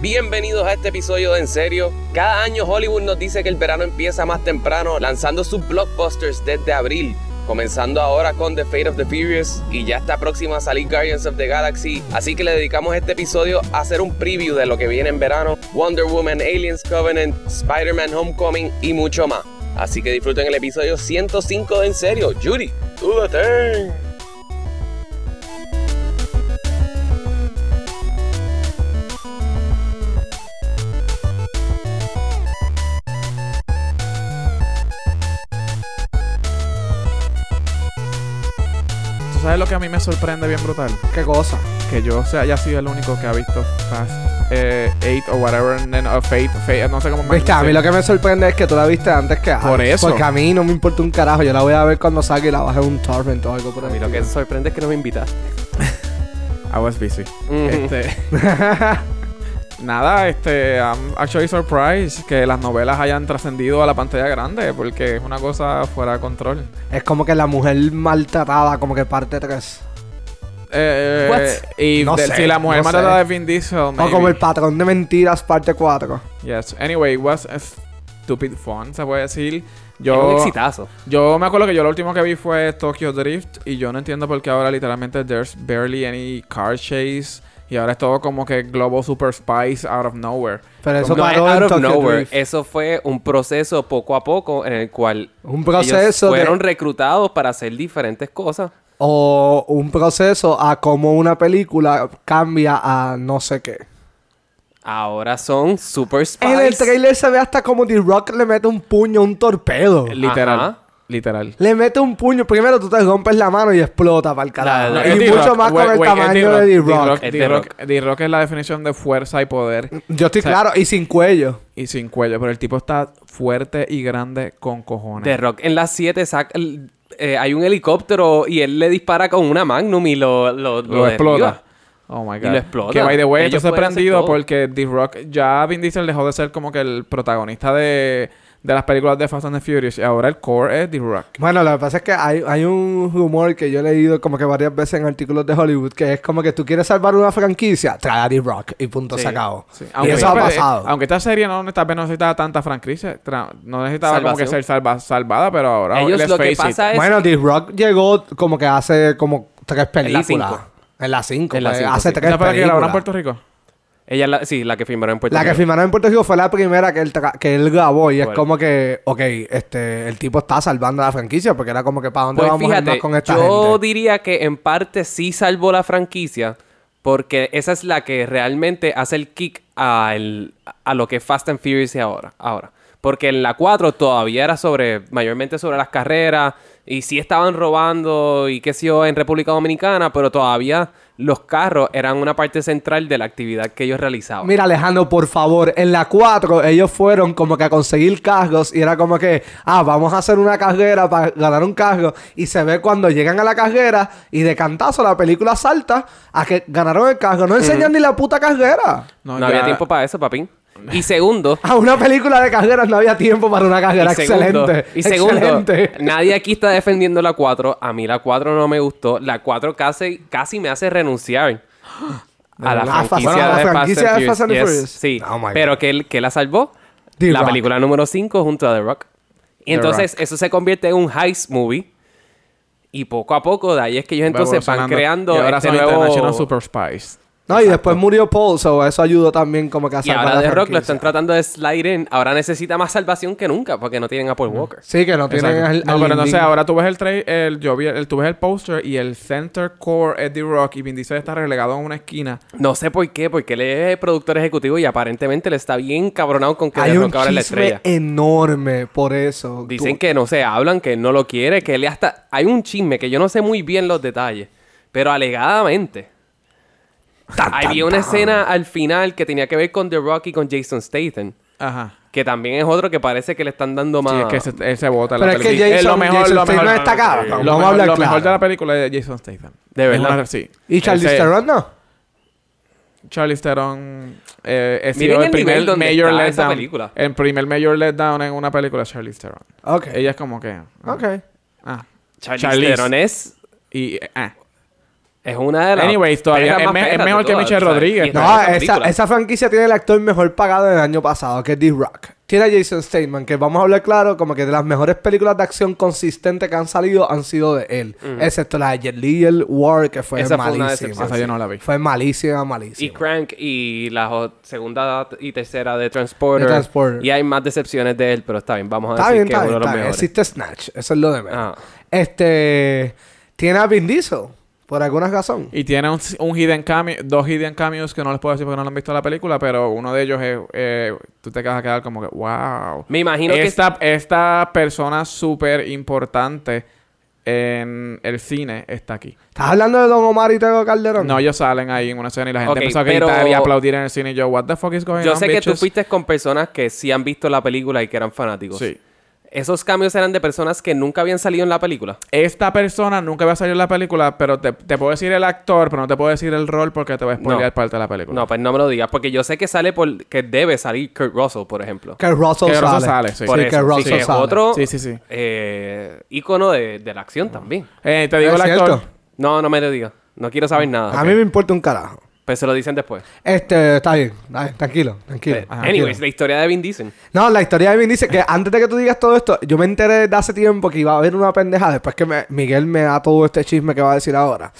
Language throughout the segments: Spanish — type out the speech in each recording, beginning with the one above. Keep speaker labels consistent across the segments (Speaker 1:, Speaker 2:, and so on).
Speaker 1: Bienvenidos a este episodio de En Serio. Cada año Hollywood nos dice que el verano empieza más temprano, lanzando sus blockbusters desde abril. Comenzando ahora con The Fate of the Furious y ya está próxima a salir Guardians of the Galaxy, así que le dedicamos este episodio a hacer un preview de lo que viene en verano, Wonder Woman, Aliens Covenant, Spider-Man Homecoming y mucho más. Así que disfruten el episodio 105 de En Serio. Judy, tú lo ten.
Speaker 2: ¿Tú sabes lo que a mí me sorprende bien brutal?
Speaker 3: ¿Qué cosa?
Speaker 2: Que yo sea, haya sido el único que ha visto Fast eh, Eight o whatever, then, o Fate, Fate, no sé cómo
Speaker 3: Viste, a mí lo que me sorprende es que tú la viste antes que Alex,
Speaker 2: Pues Por eso.
Speaker 3: Porque a mí no me importa un carajo. Yo la voy a ver cuando salga y la baje un torrent o algo por
Speaker 1: A
Speaker 3: ahí.
Speaker 1: mí lo que sorprende es que no me invitas.
Speaker 2: I was busy.
Speaker 1: Mm.
Speaker 2: Este, nada, este, I'm actually surprised que las novelas hayan trascendido a la pantalla grande porque es una cosa fuera de control.
Speaker 3: es como que la mujer maltratada, como que parte 3.
Speaker 2: Eh,
Speaker 3: What?
Speaker 2: Y
Speaker 3: No
Speaker 2: del-
Speaker 3: sé,
Speaker 2: si la mujer
Speaker 3: no
Speaker 2: mata
Speaker 3: sé.
Speaker 2: de Vin Diesel,
Speaker 3: O
Speaker 2: maybe.
Speaker 3: como el patrón de mentiras, parte 4.
Speaker 2: Yes. Anyway, it was a stupid fun, se puede decir.
Speaker 1: Es
Speaker 2: Yo
Speaker 1: un exitazo.
Speaker 2: Yo me acuerdo que yo lo último que vi fue Tokyo Drift y yo no entiendo por qué ahora literalmente there's barely any car chase y ahora es todo como que Global Super Spice out of nowhere.
Speaker 3: Pero eso
Speaker 4: no es
Speaker 3: paró
Speaker 4: out
Speaker 3: en
Speaker 4: of
Speaker 3: Tokyo
Speaker 4: nowhere.
Speaker 3: Drift.
Speaker 4: Eso fue un proceso poco a poco en el cual
Speaker 3: Un
Speaker 4: ellos
Speaker 3: proceso de-
Speaker 4: fueron reclutados para hacer diferentes cosas.
Speaker 3: O un proceso a cómo una película cambia a no sé qué.
Speaker 4: Ahora son Super Spice.
Speaker 3: En el trailer se ve hasta como The Rock le mete un puño a un torpedo.
Speaker 2: Literal.
Speaker 4: Ajá.
Speaker 2: Literal.
Speaker 3: Le mete un puño. Primero tú te rompes la mano y explota para el carajo.
Speaker 4: No,
Speaker 2: Es
Speaker 3: y
Speaker 2: D-Rock.
Speaker 3: mucho más
Speaker 2: Wait,
Speaker 3: con el
Speaker 2: wait, es
Speaker 3: tamaño de The Rock.
Speaker 4: Es
Speaker 2: D-Rock.
Speaker 4: D-Rock.
Speaker 2: D-Rock- D-Rock es la definición de fuerza y poder
Speaker 3: Yo estoy
Speaker 2: O sea,
Speaker 3: claro, y sin cuello.
Speaker 2: y sin cuello, pero el tipo está fuerte y grande con cojones.
Speaker 4: The Rock en las 7 saca el- eh, hay un helicóptero y él le dispara con una Magnum y lo, lo,
Speaker 2: lo,
Speaker 4: lo
Speaker 2: explota.
Speaker 4: derriba.
Speaker 2: Oh my
Speaker 4: Y
Speaker 2: god.
Speaker 4: lo explota.
Speaker 2: Que by the way, yo
Speaker 4: Ellos pueden hacer
Speaker 2: sorprendido
Speaker 4: todo.
Speaker 2: porque The Rock ya Vin Diesel dejó de ser como que el protagonista de, de las películas de Fast and the Furious y ahora el core es The Rock.
Speaker 3: Bueno, lo que pasa es que hay, hay un rumor que yo he leído como que varias veces en artículos de Hollywood que es como que tú quieres salvar una franquicia, trae a The Rock y punto, se acabó. Y eso ha
Speaker 2: pues,
Speaker 3: pasado.
Speaker 2: eh, aunque esta serie no, tal vez no necesitaba tanta franquicia, tra- no necesitaba como que
Speaker 4: Salvación.
Speaker 2: ser salva- salvada, pero ahora
Speaker 4: Ellos
Speaker 2: let's
Speaker 4: lo que
Speaker 2: face it.
Speaker 4: pasa es
Speaker 3: Bueno, The Rock llegó como que hace como tres
Speaker 4: la
Speaker 3: películas.
Speaker 4: cinco.
Speaker 3: En las cinco.
Speaker 4: En la
Speaker 3: pues,
Speaker 4: cinco,
Speaker 3: hace
Speaker 4: sí.
Speaker 3: tres
Speaker 2: ¿Esa fue la que grabaron en
Speaker 3: películas.
Speaker 2: Puerto Rico?
Speaker 4: ella es la, sí, la que firmaron en Puerto
Speaker 3: La que
Speaker 4: Rico.
Speaker 3: firmaron en Puerto Rico fue la primera que él, tra- que él grabó y es
Speaker 4: Bueno.
Speaker 3: como que, ok, este, el tipo está salvando la franquicia porque era como que para dónde
Speaker 4: Pues
Speaker 3: vamos a
Speaker 4: fíjate,
Speaker 3: irnos con esta
Speaker 4: yo
Speaker 3: gente.
Speaker 4: diría que en parte sí salvó la franquicia, porque esa es la que realmente hace el kick a, el- a lo que es Fast and Furious y ahora, ahora. Porque en la 4 todavía era sobre, mayormente sobre las carreras, y sí estaban robando y qué sé yo en República Dominicana, pero todavía los carros eran una parte central de la actividad que ellos realizaban.
Speaker 3: Mira, Alejandro, por favor, en la 4 ellos fueron como que a conseguir cargos y era como que, ah, vamos a hacer una carrera para ganar un cargo. Y se ve cuando llegan a la carrera y de cantazo la película salta a que ganaron el cargo. No enseñan ni la puta carrera.
Speaker 4: no
Speaker 2: ya-
Speaker 4: había tiempo para eso, papín. Y segundo,
Speaker 3: A una película de carreras no había tiempo para una carrera.
Speaker 4: Y segundo,
Speaker 3: excelente.
Speaker 4: y segundo,
Speaker 3: excelente.
Speaker 4: nadie aquí está defendiendo la 4. A mí la 4 no me gustó. La 4 casi, casi me hace renunciar a la
Speaker 3: verdad. Ah,
Speaker 4: franquicia,
Speaker 3: bueno, a la
Speaker 4: de,
Speaker 3: franquicia
Speaker 4: Fast
Speaker 3: de
Speaker 4: and
Speaker 3: Fast and
Speaker 4: Furious.
Speaker 3: Furious.
Speaker 4: Yes, sí.
Speaker 3: Oh my God.
Speaker 4: Pero que, que la salvó
Speaker 3: The
Speaker 4: la
Speaker 3: Rock.
Speaker 4: película número 5 junto a The Rock. Y
Speaker 2: The
Speaker 4: entonces eso se convierte en un heist movie. Y poco a poco, de ahí es que ellos
Speaker 2: Va
Speaker 4: entonces van
Speaker 2: evolucionando.
Speaker 4: creando
Speaker 2: Y ahora
Speaker 4: este
Speaker 2: son
Speaker 4: nuevo...
Speaker 2: International Super Spice.
Speaker 3: No, y después murió Paul, so eso ayudó también como que a
Speaker 4: Y
Speaker 3: salvar
Speaker 4: ahora
Speaker 3: la
Speaker 4: The Rock lo
Speaker 3: franquicia.
Speaker 4: están tratando de slide in. Ahora necesita más salvación que nunca porque no tienen a Paul Walker.
Speaker 3: Sí, que no tienen
Speaker 2: Exacto.
Speaker 3: al-
Speaker 2: no,
Speaker 3: al
Speaker 2: pero entonces
Speaker 3: Lindin.
Speaker 2: ahora tú ves el trade, el, yo vi el, tú ves el poster y el center core es The Rock y Vin Diesel está relegado en una esquina.
Speaker 4: No sé por qué, porque él es productor ejecutivo y aparentemente le está bien cabronado con que
Speaker 3: Hay
Speaker 4: The
Speaker 3: un
Speaker 4: Rock ahora es la
Speaker 3: chisme
Speaker 4: estrella.
Speaker 3: enorme por eso.
Speaker 4: Dicen
Speaker 3: Tú-
Speaker 4: que no se hablan, que él no lo quiere, que él hasta... Hay un chisme que yo no sé muy bien los detalles, pero alegadamente... Había una escena al final que tenía que ver con The Rock y con Jason Statham,
Speaker 2: Ajá.
Speaker 4: que también es otro que parece que le están dando más...
Speaker 2: Sí, es que se, él se bota
Speaker 3: Pero
Speaker 2: la
Speaker 3: es que
Speaker 2: película.
Speaker 3: Jason- Jason Statham está acá.
Speaker 2: Lo,
Speaker 3: Vamos
Speaker 2: mejor,
Speaker 3: a hablar
Speaker 2: lo
Speaker 3: claro.
Speaker 2: mejor de la película es Jason Statham.
Speaker 4: De
Speaker 2: Es
Speaker 4: verdad.
Speaker 2: una- sí.
Speaker 3: ¿Y Charlize
Speaker 2: Ese-
Speaker 3: Theron no?
Speaker 2: Charlize Theron. Eh, ha sido
Speaker 4: Miren
Speaker 2: el
Speaker 4: el nivel
Speaker 2: primer
Speaker 4: donde
Speaker 2: mayor
Speaker 4: está esa
Speaker 2: letdown.
Speaker 4: película.
Speaker 2: El primer mayor letdown en una película es Charlize Theron.
Speaker 3: Ok.
Speaker 2: Ella es como que. ah,
Speaker 3: Ok.
Speaker 2: Ah.
Speaker 4: Charlize
Speaker 2: Charlize.
Speaker 4: Theron es...
Speaker 2: Y. eh, ah.
Speaker 4: Es una de las.
Speaker 2: Anyways, todavía
Speaker 4: perras
Speaker 2: es
Speaker 4: más
Speaker 2: me- es
Speaker 4: perras de
Speaker 2: mejor que
Speaker 4: todas,
Speaker 2: Michelle
Speaker 4: tú sabes.
Speaker 2: Rodríguez.
Speaker 4: Y está
Speaker 3: No,
Speaker 4: en
Speaker 3: esa,
Speaker 4: película.
Speaker 3: esa franquicia tiene el actor mejor pagado del año pasado, que es D-Rock. Tiene a Jason Statham, que vamos a hablar claro, como que de las mejores películas de acción consistentes que han salido han sido de él. Excepto la de Jet Li y el War, que fue
Speaker 4: Esa fue una
Speaker 3: malísima.
Speaker 4: decepción,
Speaker 2: Esa yo no la vi.
Speaker 3: Fue malísima,
Speaker 4: Y
Speaker 3: malísima.
Speaker 4: Crank y la jo- segunda y tercera de Transporter.
Speaker 3: De Transporter.
Speaker 4: Y hay más decepciones de él, pero está bien, vamos a
Speaker 3: Está
Speaker 4: decir
Speaker 3: bien,
Speaker 4: que
Speaker 3: está
Speaker 4: es
Speaker 3: bien,
Speaker 4: uno de los
Speaker 3: está bien.
Speaker 4: mejores.
Speaker 3: Existe Snatch, eso es lo de menos.
Speaker 4: Ah.
Speaker 3: Este. Tiene a Vin Diesel, por alguna razón.
Speaker 2: Y tiene un, un hidden cameo, dos hidden cameos que no les puedo decir porque no lo han visto en la película, pero uno de ellos es, eh, tú te vas a quedar como que, wow.
Speaker 4: Me imagino que-
Speaker 2: esta, Esta persona súper importante en el cine está aquí.
Speaker 3: ¿Estás hablando de Don Omar y Tego Calderón?
Speaker 2: No, ellos salen ahí en una escena y la gente
Speaker 4: Ok,
Speaker 2: empezó a
Speaker 4: pero-
Speaker 2: gritar y aplaudir en el cine. Y yo, what the fuck is going
Speaker 4: Yo
Speaker 2: on,
Speaker 4: sé que tú
Speaker 2: bitches?"
Speaker 4: fuiste con personas que sí han visto la película y que eran fanáticos.
Speaker 2: Sí.
Speaker 4: Esos cambios eran de personas que nunca habían salido en la película.
Speaker 2: Esta persona nunca va a salir en la película, pero te, te puedo decir el actor, pero no te puedo decir el rol porque te voy a spoilear
Speaker 4: No.
Speaker 2: parte de la película.
Speaker 4: No, pues no me lo digas, porque yo sé que sale por... que debe salir Kurt Russell, por ejemplo.
Speaker 3: Que Russell
Speaker 2: Que Russell
Speaker 3: sale.
Speaker 2: sale, sí.
Speaker 4: Por
Speaker 3: Sí, que
Speaker 4: eso.
Speaker 3: Russell
Speaker 4: Sí, que es
Speaker 3: sale.
Speaker 4: otro
Speaker 2: Sí, sí, sí.
Speaker 4: eh, ícono de, de la acción también.
Speaker 2: Eh, te digo
Speaker 3: ¿Es
Speaker 2: el actor.
Speaker 3: cierto?
Speaker 4: No, no me lo digas. No quiero saber nada.
Speaker 3: A mí me importa un carajo.
Speaker 4: Pues se lo dicen después.
Speaker 3: Este, está bien, está bien, tranquilo, tranquilo.
Speaker 4: Eh,
Speaker 3: tranquilo.
Speaker 4: anyways, la historia de Vin Diesel.
Speaker 3: No, la historia de Vin dice que antes de que tú digas todo esto, yo me enteré de hace tiempo que iba a haber una pendeja después que me- Miguel me da todo este chisme que va a decir ahora.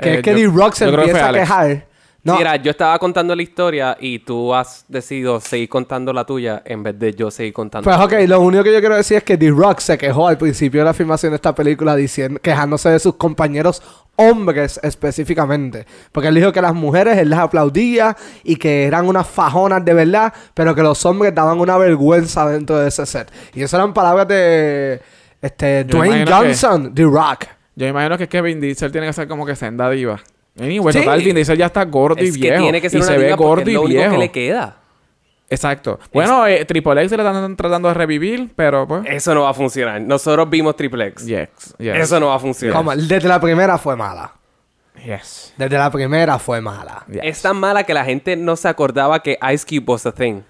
Speaker 3: Que
Speaker 2: Eh,
Speaker 3: es que
Speaker 2: yo-
Speaker 3: D-Rock se
Speaker 2: yo creo que fue
Speaker 3: empieza a
Speaker 2: Alex.
Speaker 3: quejar. No,
Speaker 4: Mira, yo estaba contando la historia y tú has decidido seguir contando la tuya en vez de yo seguir contando.
Speaker 3: pues ok, lo único que yo quiero decir es que D-Rock se quejó al principio de la filmación de esta película diciendo, quejándose de sus compañeros hombres específicamente. Porque él dijo que las mujeres él las aplaudía y que eran unas fajonas de verdad, pero que los hombres daban una vergüenza dentro de ese set. Y esas eran palabras de este,
Speaker 2: Yo
Speaker 3: Dwayne
Speaker 2: imagino que-
Speaker 3: Johnson, D-Rock.
Speaker 2: Yo imagino que es que Vin Diesel tiene que ser como que senda diva. Anyway,
Speaker 3: Sí.
Speaker 2: total, Vin Diesel ya está gordo y
Speaker 4: es
Speaker 2: viejo.
Speaker 4: que tiene que ser
Speaker 2: y
Speaker 4: una
Speaker 2: se ve
Speaker 4: diva porque
Speaker 2: gordo
Speaker 4: es
Speaker 2: y
Speaker 4: lo único
Speaker 2: viejo.
Speaker 4: que le queda.
Speaker 2: Exacto. Bueno, eh, Triple X se le están tratando de revivir, pero pues.
Speaker 4: Eso no va a funcionar. Nosotros vimos Triple X.
Speaker 2: yes, yes.
Speaker 4: Eso no va a funcionar.
Speaker 3: Como, desde la primera fue mala.
Speaker 2: Yes.
Speaker 3: Desde la primera fue mala.
Speaker 2: yes.
Speaker 4: Es tan mala que la gente no se acordaba que Ice Cube was a thing.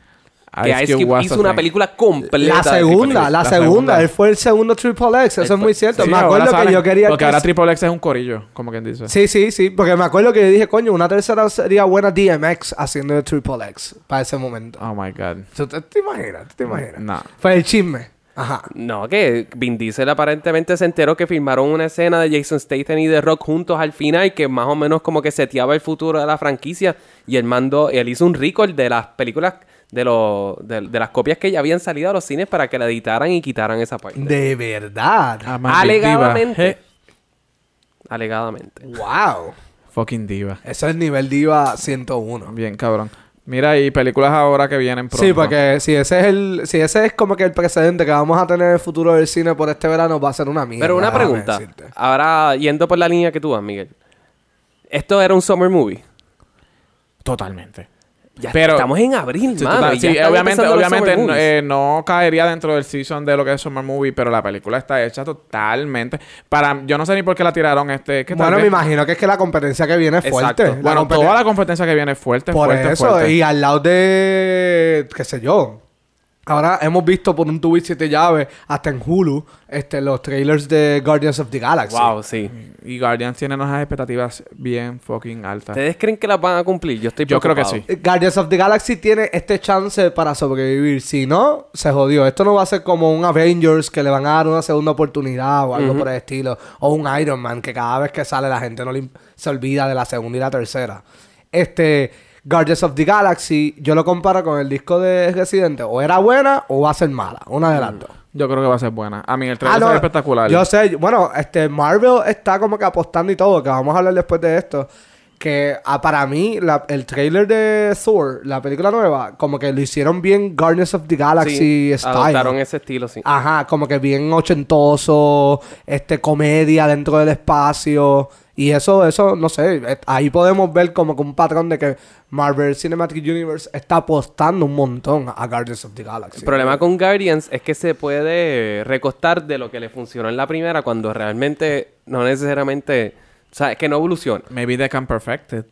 Speaker 2: Ice
Speaker 4: que Ice
Speaker 2: Cube
Speaker 4: Cube
Speaker 2: was
Speaker 4: hizo
Speaker 2: a
Speaker 4: una
Speaker 2: thing.
Speaker 4: película completa.
Speaker 3: La
Speaker 4: de Triple
Speaker 3: segunda,
Speaker 4: X.
Speaker 3: la
Speaker 2: la
Speaker 3: segunda.
Speaker 2: segunda.
Speaker 3: Él fue el segundo Triple X. Eso es muy cierto.
Speaker 2: Sí,
Speaker 3: Me
Speaker 2: ahora
Speaker 3: acuerdo que
Speaker 2: salen-
Speaker 3: yo quería...
Speaker 2: Porque
Speaker 3: que-
Speaker 2: ahora Triple X es un corillo, como quien dice.
Speaker 3: Sí, sí, sí. Porque me acuerdo que yo dije, coño, una tercera sería buena DMX haciendo de Triple X para ese momento.
Speaker 2: Oh my god.
Speaker 3: ¿Tú te, te imaginas? ¿Tú te imaginas?
Speaker 2: No.
Speaker 3: Fue el chisme. Ajá.
Speaker 4: No, que Vin Diesel aparentemente se enteró que filmaron una escena de Jason Statham y The Rock juntos al final que más o menos como que seteaba el futuro de la franquicia y él mandó, él hizo un record de las películas, de, los de, de las copias que ya habían salido a los cines para que la editaran y quitaran esa parte.
Speaker 3: De verdad.
Speaker 2: Ah, man, big diva.
Speaker 4: Alegadamente.
Speaker 2: Mm, Eh,
Speaker 4: Alegadamente.
Speaker 3: Wow.
Speaker 2: fucking diva.
Speaker 3: Eso es nivel diva 101.
Speaker 2: Bien, cabrón. Mira, y películas ahora que vienen pronto.
Speaker 3: Sí, porque si ese es el, si ese es como que el precedente que vamos a tener en el futuro del cine por este verano, va a ser una mierda.
Speaker 4: Pero una
Speaker 3: déjame
Speaker 4: pregunta.
Speaker 3: decirte.
Speaker 4: Ahora, yendo por la línea que tú vas, Miguel. Esto era un summer movie.
Speaker 2: Totalmente.
Speaker 4: Ya
Speaker 2: Pero-
Speaker 4: estamos en abril,
Speaker 2: Sí,
Speaker 4: mano,
Speaker 2: total.
Speaker 4: y ya
Speaker 2: Sí,
Speaker 4: están
Speaker 2: obviamente,
Speaker 4: empezando los
Speaker 2: obviamente
Speaker 4: summer
Speaker 2: no,
Speaker 4: movies.
Speaker 2: eh, no caería dentro del season de lo que es Summer Movie, pero la película está hecha totalmente. Para, yo no sé ni por qué la tiraron este. que tal
Speaker 3: Bueno,
Speaker 2: vez-
Speaker 3: me imagino que es que la competencia que viene es
Speaker 4: Exacto.
Speaker 3: fuerte. La
Speaker 2: Bueno,
Speaker 3: competen-
Speaker 2: toda la competencia que viene es fuerte,
Speaker 3: Por
Speaker 2: fuerte,
Speaker 3: eso,
Speaker 2: fuerte.
Speaker 3: y al lado de, qué sé yo. Ahora hemos visto por un tubo y siete llaves, hasta en Hulu, este, los trailers de Guardians of the Galaxy.
Speaker 4: Wow, sí.
Speaker 2: Y Guardians tiene unas expectativas bien fucking altas.
Speaker 4: ¿Ustedes creen que las van a cumplir? Yo estoy
Speaker 2: Ah. Yo creo que
Speaker 4: preocupado.
Speaker 2: sí.
Speaker 3: Eh, Guardians of the Galaxy tiene este chance para sobrevivir. Si no, se jodió. Esto no va a ser como un Avengers que le van a dar una segunda oportunidad o algo por el estilo. O un Iron Man que cada vez que sale la gente no le im- se olvida de la segunda y la tercera. Este Guardians of the Galaxy, yo lo comparo con el disco de Residente. O era buena o va a ser mala. Una de las dos.
Speaker 2: Yo creo que va a ser buena. A mí el trailer
Speaker 3: Ah,
Speaker 2: se
Speaker 3: no,
Speaker 2: ve espectacular.
Speaker 3: Yo sé, bueno, este Marvel está como que apostando y todo, que vamos a hablar después de esto. Que ah, para mí, la- el trailer de Thor, la película nueva, como que lo hicieron bien Guardians of the Galaxy
Speaker 4: Sí,
Speaker 3: style.
Speaker 4: adoptaron ese estilo,
Speaker 2: Ah,
Speaker 4: sí.
Speaker 3: Ajá, como que bien ochentoso, este, comedia dentro del espacio. Y eso, eso, no sé, eh, ahí podemos ver como que un patrón de que Marvel Cinematic Universe está apostando un montón a Guardians of the Galaxy.
Speaker 4: El problema con Guardians es que se puede recostar de lo que le funcionó en la primera cuando realmente no necesariamente... O sea, es que no evoluciona.
Speaker 2: Maybe they can perfect it.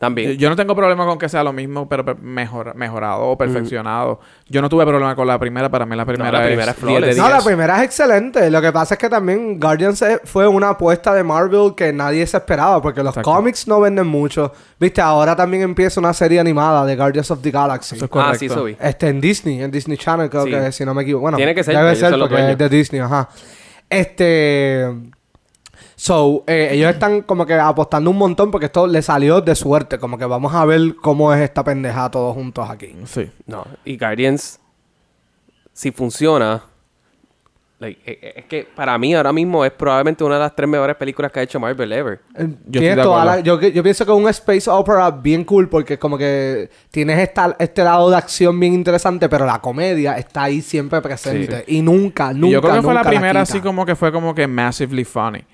Speaker 4: También.
Speaker 2: Yo no tengo problema con que sea lo mismo, pero pe- mejor, mejorado
Speaker 4: Mm.
Speaker 2: o perfeccionado. Yo no tuve problema con la primera. Para mí la primera,
Speaker 4: la
Speaker 2: es
Speaker 4: primera es
Speaker 2: 10 de
Speaker 4: flawless.
Speaker 2: 10.
Speaker 3: No, la primera es excelente. Lo que pasa es que también Guardians eh, fue una apuesta de Marvel que nadie se esperaba, porque los
Speaker 2: Exacto.
Speaker 3: cómics no venden mucho. Viste, ahora también empieza una serie animada de Guardians of the Galaxy.
Speaker 2: Eso es correcto.
Speaker 4: Ah, sí, eso vi.
Speaker 3: Este, en Disney, en Disney Channel, creo
Speaker 4: Sí.
Speaker 3: que si no me equivoco. Bueno,
Speaker 4: Tiene que ser,
Speaker 3: debe
Speaker 4: ellos
Speaker 3: ser
Speaker 4: son los
Speaker 3: porque es
Speaker 4: dueños.
Speaker 3: de Disney, ajá. Este. So, eh, ellos están como que apostando un montón porque esto le salió de suerte. Como que vamos a ver cómo es esta pendejada todos juntos aquí.
Speaker 2: Sí.
Speaker 4: No, y Guardians, si funciona, like, eh, eh, es que para mí ahora mismo es probablemente una de las tres mejores películas que ha hecho Marvel ever.
Speaker 3: Eh,
Speaker 2: Yo
Speaker 3: tiene
Speaker 2: estoy de
Speaker 3: toda la-
Speaker 2: acuerdo.
Speaker 3: yo, que- yo pienso que es un space opera bien cool porque como que tienes esta, este lado de acción bien interesante, pero la comedia está ahí siempre presente. Y nunca, nunca,
Speaker 2: y yo creo que fue la
Speaker 3: nunca
Speaker 2: primera así
Speaker 3: quita.
Speaker 2: como que fue como que massively funny.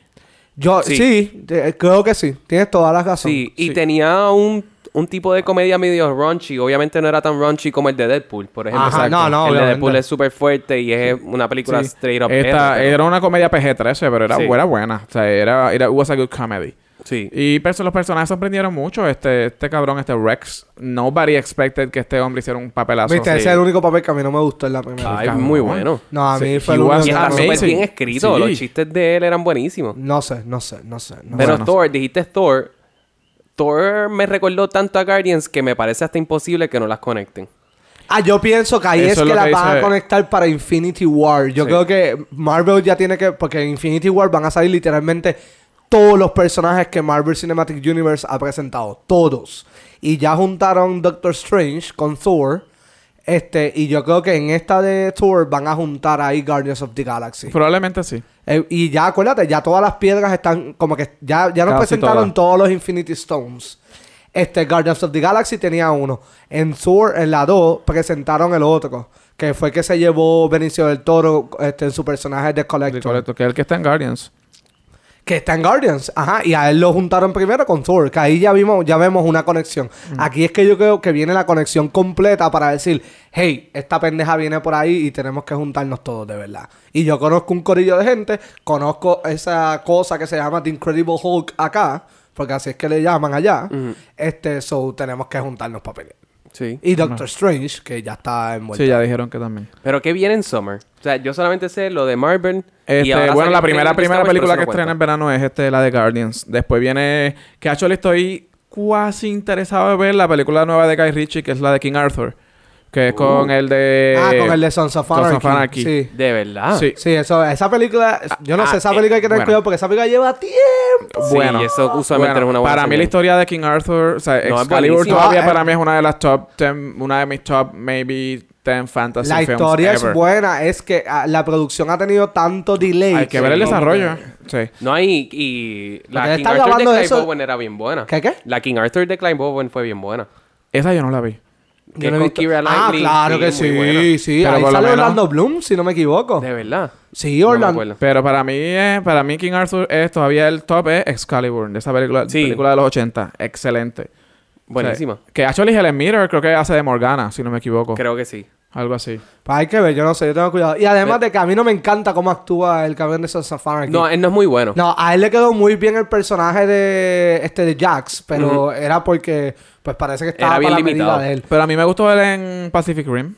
Speaker 3: Yo, sí,
Speaker 4: Sí.
Speaker 3: eh, creo que sí. Tienes todas las razones.
Speaker 4: Sí, y
Speaker 2: sí.
Speaker 4: tenía un, un tipo de comedia medio raunchy. Obviamente no era tan raunchy como el de Deadpool, por ejemplo.
Speaker 3: Ajá, no, no,
Speaker 4: el de
Speaker 3: obviamente.
Speaker 4: Deadpool es súper fuerte y es una película
Speaker 2: Sí.
Speaker 4: straight up.
Speaker 2: Esta-
Speaker 4: hétero.
Speaker 2: era una comedia PG-13, pero era,
Speaker 4: Sí.
Speaker 2: era buena. O sea, era, era was a good comedy.
Speaker 4: Sí.
Speaker 2: Y perso- los personajes sorprendieron mucho. Este, este cabrón, este Rex. Nobody expected que este hombre hiciera un papelazo.
Speaker 3: Viste,
Speaker 2: así.
Speaker 3: ese es el único papel que a mí no me gustó en la primera.
Speaker 4: Ay,
Speaker 2: cabrón.
Speaker 4: muy bueno.
Speaker 3: No, a mí
Speaker 2: Sí,
Speaker 3: fue
Speaker 2: he
Speaker 3: el
Speaker 2: was
Speaker 3: único
Speaker 4: Y
Speaker 3: que no
Speaker 4: está
Speaker 3: me
Speaker 2: amazing.
Speaker 4: súper
Speaker 3: gustó.
Speaker 4: bien escrito.
Speaker 2: Sí.
Speaker 4: Los chistes de él eran buenísimos.
Speaker 3: No sé, no sé, no sé. no
Speaker 4: Pero
Speaker 3: sé.
Speaker 4: Thor, dijiste Thor. Thor me recordó tanto a Guardians que me parece hasta imposible que no las conecten.
Speaker 3: Ah, yo pienso que ahí
Speaker 2: Eso
Speaker 3: es
Speaker 2: es
Speaker 3: que
Speaker 2: lo
Speaker 3: la
Speaker 2: que
Speaker 3: van a
Speaker 2: dice-
Speaker 3: conectar para Infinity War. Yo
Speaker 4: Sí.
Speaker 3: creo que Marvel ya tiene que. Porque en Infinity War van a salir literalmente todos los personajes que Marvel Cinematic Universe ha presentado. Todos. Y ya juntaron Doctor Strange con Thor. Este, y yo creo que en esta de Thor van a juntar ahí Guardians of the Galaxy.
Speaker 2: Probablemente sí.
Speaker 3: Eh, y ya acuérdate, ya todas las piedras están como que ya, ya nos
Speaker 2: Casi
Speaker 3: presentaron
Speaker 2: todas.
Speaker 3: todos los Infinity Stones. Este Guardians of the Galaxy tenía uno. En Thor, en la 2, presentaron el otro. Que fue que se llevó Benicio del Toro este, en su personaje de Collector.
Speaker 2: Correcto, que es el que está en Guardians.
Speaker 3: Que está en Guardians. Ajá. Y a él lo juntaron primero con Thor. Que ahí ya vimos, ya vemos una conexión.
Speaker 2: Mm.
Speaker 3: Aquí es que yo creo que viene la conexión completa para decir, hey, esta pendeja viene por ahí y tenemos que juntarnos todos de verdad. Y yo conozco un corillo de gente, conozco esa cosa que se llama The Incredible Hulk acá, porque así es que le llaman allá.
Speaker 2: Mm.
Speaker 3: Este, so tenemos que juntarnos para pelear.
Speaker 4: Sí.
Speaker 3: Y Doctor Strange, que ya está envuelto.
Speaker 2: Sí, ya dijeron que también.
Speaker 4: Pero ¿qué viene en Summer? O sea, yo solamente sé lo de Marvel.
Speaker 2: Este, bueno, la primera, primera película que estrena
Speaker 4: estrena
Speaker 2: en verano es este, la de Guardians. Después viene... Que actually estoy casi interesado en ver la película nueva de Guy Ritchie, que es la de King Arthur. Que es
Speaker 4: Uh.
Speaker 2: con el de... Ah,
Speaker 3: ah, con el de Sons of
Speaker 2: Sons
Speaker 3: Anarchy.
Speaker 2: of Anarchy.
Speaker 3: Sí.
Speaker 4: De verdad.
Speaker 2: Sí.
Speaker 3: Sí, eso, esa película, yo no
Speaker 2: Ah,
Speaker 3: sé, esa
Speaker 2: eh,
Speaker 3: película hay que tener
Speaker 2: bueno.
Speaker 3: cuidado porque esa película lleva tiempo.
Speaker 4: Sí,
Speaker 2: Bueno.
Speaker 4: y eso usualmente no
Speaker 2: Bueno,
Speaker 4: es una buena
Speaker 2: para mí la
Speaker 4: señal.
Speaker 2: historia de King Arthur, o sea,
Speaker 4: es
Speaker 2: Excalibur
Speaker 4: buenísima.
Speaker 2: todavía
Speaker 3: Ah,
Speaker 2: para
Speaker 3: eh.
Speaker 2: mí es una de las top 10, una de mis top maybe 10 fantasy
Speaker 3: La
Speaker 2: films
Speaker 3: historia
Speaker 2: ever.
Speaker 3: es buena, es que ah, la producción ha tenido tanto delay.
Speaker 2: Hay que ver el
Speaker 3: como
Speaker 2: desarrollo.
Speaker 3: que-
Speaker 2: Sí.
Speaker 4: No hay... Y
Speaker 3: Porque
Speaker 4: la King
Speaker 3: están
Speaker 4: Arthur de
Speaker 3: grabando
Speaker 4: Clive
Speaker 3: eso-
Speaker 4: Bowen era bien buena.
Speaker 3: ¿Qué, qué?
Speaker 4: La King Arthur de Clive Bowen fue bien buena.
Speaker 2: Esa yo no la vi.
Speaker 4: Que
Speaker 3: Yo no he
Speaker 4: con
Speaker 3: visto-
Speaker 4: Keira
Speaker 3: Ah,
Speaker 4: Knightley,
Speaker 3: claro
Speaker 4: sí,
Speaker 3: que
Speaker 4: muy
Speaker 3: sí,
Speaker 4: buena.
Speaker 3: sí.
Speaker 2: Pero
Speaker 3: Ahí
Speaker 2: por lo
Speaker 3: sale
Speaker 2: menos-
Speaker 3: Orlando Bloom, si no me equivoco.
Speaker 4: De verdad.
Speaker 3: Sí,
Speaker 4: No me
Speaker 3: Orlando.
Speaker 4: acuerdo.
Speaker 2: Pero para mí, eh, para mí King Arthur es todavía el top es Excalibur, de esa película,
Speaker 4: Sí.
Speaker 2: película de los 80. Excelente.
Speaker 4: Buenísima.
Speaker 2: O sea, que actually Helen Mirror creo que hace de Morgana, si no me equivoco.
Speaker 4: Creo que sí.
Speaker 2: Algo así.
Speaker 3: Pues hay que ver, yo no sé, yo tengo cuidado. Y además de que a mí no me encanta cómo actúa el cabrón de Sons of Anarchy.
Speaker 4: No, él no es muy bueno.
Speaker 3: No, a él le quedó muy bien el personaje de este de Jax, pero era porque pues parece que estaba
Speaker 4: Era bien
Speaker 3: para la medida
Speaker 4: limitado.
Speaker 3: de él.
Speaker 2: Pero a mí me gustó él en Pacific Rim.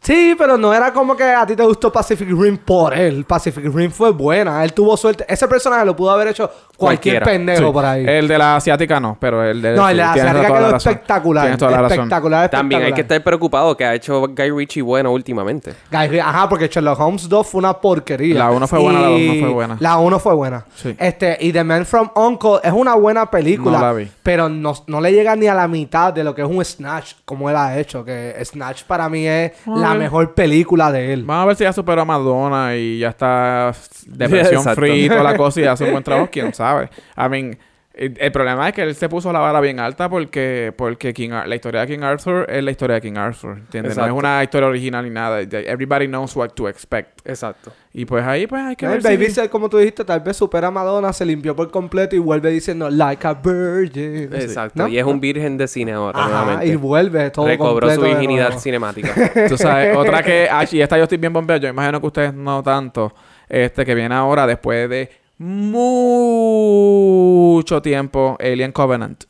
Speaker 3: Sí, pero no era como que a ti te gustó Pacific Rim por él. Pacific Rim fue buena. Él tuvo suerte. Ese personaje lo pudo haber hecho cualquier
Speaker 4: Cualquiera.
Speaker 3: pendejo
Speaker 2: Sí.
Speaker 3: por ahí.
Speaker 2: El de la asiática no, pero el de
Speaker 3: no, el de
Speaker 2: tienes
Speaker 3: la asiática
Speaker 2: toda la
Speaker 3: quedó
Speaker 2: razón.
Speaker 3: espectacular.
Speaker 2: Tienes toda la razón.
Speaker 3: espectacular, espectacular.
Speaker 4: También hay que estar preocupado que ha hecho Guy Ritchie bueno últimamente.
Speaker 3: Guy Ritchie- Ajá, porque Sherlock Holmes 2 fue una porquería.
Speaker 2: La uno fue buena, la dos no fue buena.
Speaker 3: La 1 fue buena.
Speaker 2: Sí.
Speaker 3: Este, y The Man from Uncle es una buena película.
Speaker 2: No la vi.
Speaker 3: Pero no, no le llega ni a la mitad de lo que es un Snatch, como él ha hecho. Que Snatch para mí es
Speaker 2: Vamos a
Speaker 3: la
Speaker 2: ver.
Speaker 3: mejor película de él.
Speaker 2: Vamos a ver si ya superó a Madonna y ya está depresión
Speaker 4: Exacto.
Speaker 2: free y toda la cosa y hace un buen trabajo, quién sabe. I mean, el, el problema es que él se puso la vara bien alta porque, porque King Ar- la historia de King Arthur es la historia de King Arthur, ¿entiendes? No
Speaker 4: Exacto.
Speaker 2: es una historia original ni nada. Everybody knows what to expect.
Speaker 4: Exacto.
Speaker 2: Y pues ahí pues hay que
Speaker 3: El
Speaker 2: ver
Speaker 3: baby,
Speaker 2: si...
Speaker 3: se- como tú dijiste, tal vez supera a Madonna, se limpió por completo y vuelve diciendo like a virgin.
Speaker 4: Exacto.
Speaker 3: ¿No?
Speaker 4: Y es un virgen de cine ahora,
Speaker 3: Ajá,
Speaker 4: nuevamente.
Speaker 3: y vuelve todo
Speaker 4: Recobró su
Speaker 3: completo de
Speaker 4: virginidad
Speaker 3: nuevo.
Speaker 4: cinemática.
Speaker 2: Tú sabes, otra que... ah, y esta yo estoy bien bombeado. Yo imagino que ustedes no tanto. Este, que viene ahora después de mucho tiempo Alien Covenant.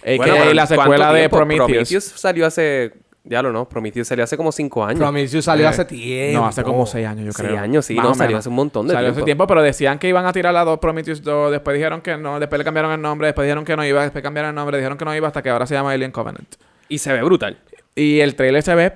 Speaker 2: AKA
Speaker 4: Bueno, pero
Speaker 2: la
Speaker 4: ¿cuánto
Speaker 2: secuela de
Speaker 4: tiempo?
Speaker 2: Prometheus.
Speaker 4: Prometheus salió hace... Ya lo no, Prometheus salió hace como cinco años.
Speaker 3: Prometheus salió
Speaker 2: Eh,
Speaker 3: hace tiempo.
Speaker 2: No, hace como seis años, yo
Speaker 4: Seis
Speaker 2: creo.
Speaker 4: años, sí,
Speaker 2: Más
Speaker 4: no,
Speaker 2: o
Speaker 4: salió
Speaker 2: menos.
Speaker 4: hace un montón de
Speaker 2: Salió hace
Speaker 4: tiempo.
Speaker 2: tiempo, pero decían que iban a tirar la 2 Prometheus 2. Después dijeron que no, después le cambiaron el nombre, después dijeron que no iba, después cambiaron el nombre, dijeron que no iba hasta que ahora se llama Alien Covenant.
Speaker 4: Y se ve brutal.
Speaker 2: Y el trailer se ve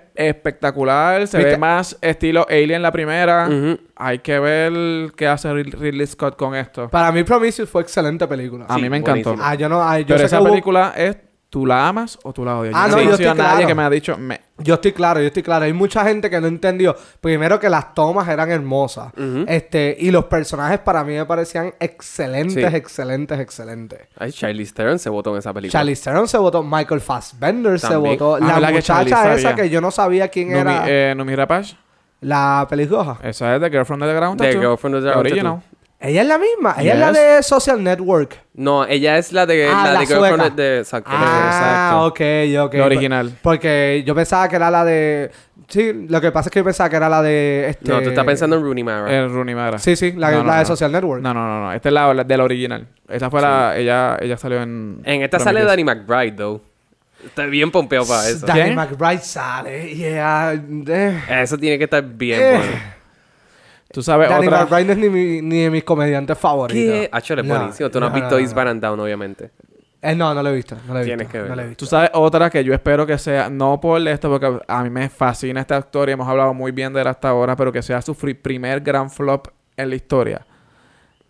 Speaker 2: espectacular, se
Speaker 3: ¿Viste?
Speaker 2: ve más estilo Alien la primera.
Speaker 4: Ujú.
Speaker 2: Hay que ver qué hace Rid- Ridley Scott con esto.
Speaker 3: Para mí Prometheus fue excelente película.
Speaker 2: a
Speaker 4: sí,
Speaker 2: mí me encantó.
Speaker 4: buenísimo.
Speaker 3: Ah, yo no, ah, yo
Speaker 2: pero
Speaker 3: sé
Speaker 2: esa
Speaker 3: que hubo-
Speaker 2: película es tú la amas o tú la odias.
Speaker 3: Ah,
Speaker 2: yo
Speaker 3: no,
Speaker 2: no, he
Speaker 3: yo
Speaker 2: conocido a
Speaker 3: estoy
Speaker 2: nadie
Speaker 3: claro.
Speaker 2: que me ha dicho me.
Speaker 3: Yo estoy claro, yo estoy claro. Hay mucha gente que no entendió. Primero que las tomas eran hermosas. Este, y los personajes para mí me parecían excelentes,
Speaker 4: Sí.
Speaker 3: excelentes, excelentes.
Speaker 4: Ay, Charlie Stern se votó en esa película.
Speaker 3: Charlie Theron se votó, Michael Fassbender se
Speaker 4: También.
Speaker 3: votó,
Speaker 2: Ah,
Speaker 3: la
Speaker 2: ¿verdad que
Speaker 3: muchacha
Speaker 2: Charlize
Speaker 3: esa
Speaker 2: sabía?
Speaker 3: que yo no sabía quién
Speaker 2: Numi,
Speaker 3: era,
Speaker 2: eh, Numi Rapace.
Speaker 3: la pelirroja.
Speaker 2: Esa es The Girl from the Ground
Speaker 4: The
Speaker 2: Tattoo.
Speaker 4: Girl from the Underground
Speaker 2: original.
Speaker 3: Ella es la misma, ella es la
Speaker 2: Yes.
Speaker 3: de Social Network.
Speaker 4: No, ella es la de...
Speaker 3: Ah,
Speaker 4: la,
Speaker 3: la
Speaker 4: de Girl from
Speaker 3: sueca.
Speaker 4: the- de- Exacto.
Speaker 3: Ah,
Speaker 4: exacto.
Speaker 3: ok, ok.
Speaker 2: La original.
Speaker 3: Porque yo pensaba que era la de... Sí, lo que pasa es que yo pensaba que era la de... Este...
Speaker 4: No, tú estás pensando en Rooney Mara.
Speaker 2: El Rooney Mara.
Speaker 3: Sí, sí, la,
Speaker 2: No, no,
Speaker 3: la de
Speaker 2: no.
Speaker 3: Social Network.
Speaker 2: No, no, no, no. Esta es la, la de la original. Esa fue la. Ella, ella salió en.
Speaker 4: En esta sale
Speaker 2: Prometheus.
Speaker 4: Danny McBride, though. Estoy bien pompeado para eso.
Speaker 3: Danny
Speaker 2: ¿Quién?
Speaker 3: McBride sale. Yeah. eh.
Speaker 4: Eso tiene que estar bien
Speaker 3: Eh.
Speaker 4: bueno.
Speaker 2: Tú sabes
Speaker 3: Danny
Speaker 2: otra.
Speaker 3: McBride no es ni, mi- ni de mis comediantes favoritos.
Speaker 4: Pues ¿Qué? Ah, Hacho, él es
Speaker 3: No,
Speaker 4: buenísimo. Tú no, has
Speaker 3: no,
Speaker 4: visto
Speaker 3: no,
Speaker 4: Eastbound and Down, obviamente.
Speaker 3: Eh, no, no lo he visto. No lo he visto.
Speaker 4: Tienes que
Speaker 3: no
Speaker 4: verlo.
Speaker 3: lo he visto.
Speaker 2: Tú sabes otra que yo espero que sea, no por esto, porque a mí me fascina este actor y hemos hablado muy bien de él hasta ahora, pero que sea su fri- primer gran flop en la historia.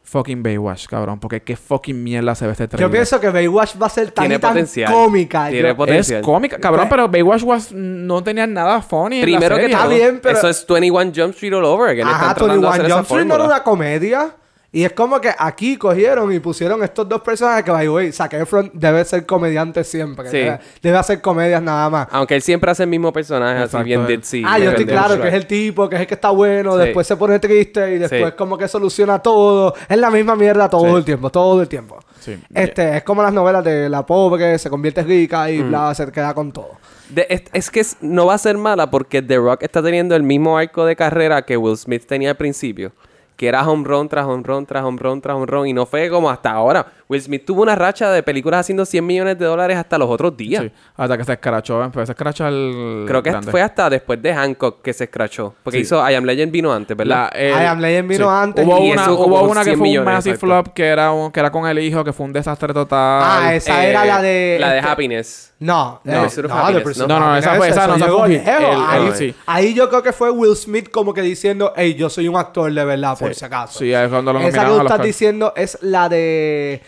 Speaker 2: Fucking Baywatch, cabrón, porque qué fucking mierda se ve este trailer.
Speaker 3: Yo pienso que Baywatch va a ser tan,
Speaker 4: Tiene
Speaker 3: y tan
Speaker 4: potencial.
Speaker 3: cómica.
Speaker 4: Tiene
Speaker 3: Yo-
Speaker 4: potencial.
Speaker 2: Es cómica, cabrón,
Speaker 3: Pues-
Speaker 2: pero Baywatch was- no tenía nada funny. en la
Speaker 4: Primero que
Speaker 2: serie.
Speaker 3: Está
Speaker 4: todo,
Speaker 3: bien, pero-
Speaker 4: eso es 21 Jump Street all over again.
Speaker 3: Ajá,
Speaker 4: Están tratando de
Speaker 3: 21
Speaker 4: hacer esa
Speaker 3: Jump Street no era
Speaker 4: fórmula.
Speaker 3: una comedia. Y es como que aquí cogieron y pusieron estos dos personajes que, by the way, Zac Efron debe ser comediante siempre.
Speaker 4: Sí. Ah,
Speaker 3: Debe, debe hacer comedias nada más.
Speaker 4: Aunque él siempre hace el mismo personaje,
Speaker 2: Exacto.
Speaker 4: así bien ditzy.
Speaker 3: ah, yo estoy
Speaker 4: bien
Speaker 3: claro que
Speaker 4: pendejo.
Speaker 3: es el tipo, que es el que está bueno,
Speaker 4: Sí.
Speaker 3: después se pone triste y después
Speaker 4: Sí.
Speaker 3: como que soluciona todo. Es la misma mierda todo
Speaker 2: Sí.
Speaker 3: el tiempo, todo el tiempo.
Speaker 2: Sí.
Speaker 3: Este, es como las novelas de la pobre, se convierte rica
Speaker 4: Mm.
Speaker 3: y bla, se queda con todo.
Speaker 4: De- es, es que es- no va a ser mala porque The Rock está teniendo el mismo arco de carrera que Will Smith tenía al principio. Que era home run tras home run tras home run tras home run. Y no fue como hasta ahora. Will Smith tuvo una racha de películas haciendo 100 millones de dólares hasta los otros días.
Speaker 2: Sí. Hasta que se escrachó, empezó a escrachar el.
Speaker 4: Creo que
Speaker 2: grande.
Speaker 4: fue hasta después de Hancock que se escrachó. Porque hizo I Am Legend vino antes, ¿verdad?
Speaker 2: La- el-
Speaker 3: I Am Legend vino antes
Speaker 2: Hubo
Speaker 4: y
Speaker 2: una,
Speaker 4: eso
Speaker 2: hubo
Speaker 4: como
Speaker 2: una
Speaker 4: 100
Speaker 2: que fue un
Speaker 4: millones,
Speaker 2: massive
Speaker 4: exacto.
Speaker 2: flop que era, un- que era con el hijo, que fue un desastre total.
Speaker 3: Ah, esa
Speaker 4: Eh,
Speaker 3: era la de...
Speaker 4: La de
Speaker 3: este-
Speaker 4: Happiness.
Speaker 3: No,
Speaker 4: No,
Speaker 3: eh,
Speaker 4: Pursuit of
Speaker 3: no,
Speaker 4: Happiness,
Speaker 3: The Pursuit
Speaker 4: ¿no?
Speaker 3: of
Speaker 2: No, no,
Speaker 3: Happiness,
Speaker 2: esa fue- esa
Speaker 3: eso
Speaker 2: no, esa
Speaker 3: llegó
Speaker 2: fue un hit.
Speaker 3: lejos.
Speaker 2: El-
Speaker 3: ahí,
Speaker 2: el-
Speaker 4: sí.
Speaker 3: ahí yo creo que fue Will Smith como que diciendo, hey, yo soy un actor de verdad, por si
Speaker 2: Eh,
Speaker 3: acaso.
Speaker 2: Sí, ahí es cuando lo
Speaker 3: Esa que
Speaker 2: nominaron
Speaker 3: tú
Speaker 2: al
Speaker 3: estás
Speaker 2: Oscar.
Speaker 3: diciendo es la de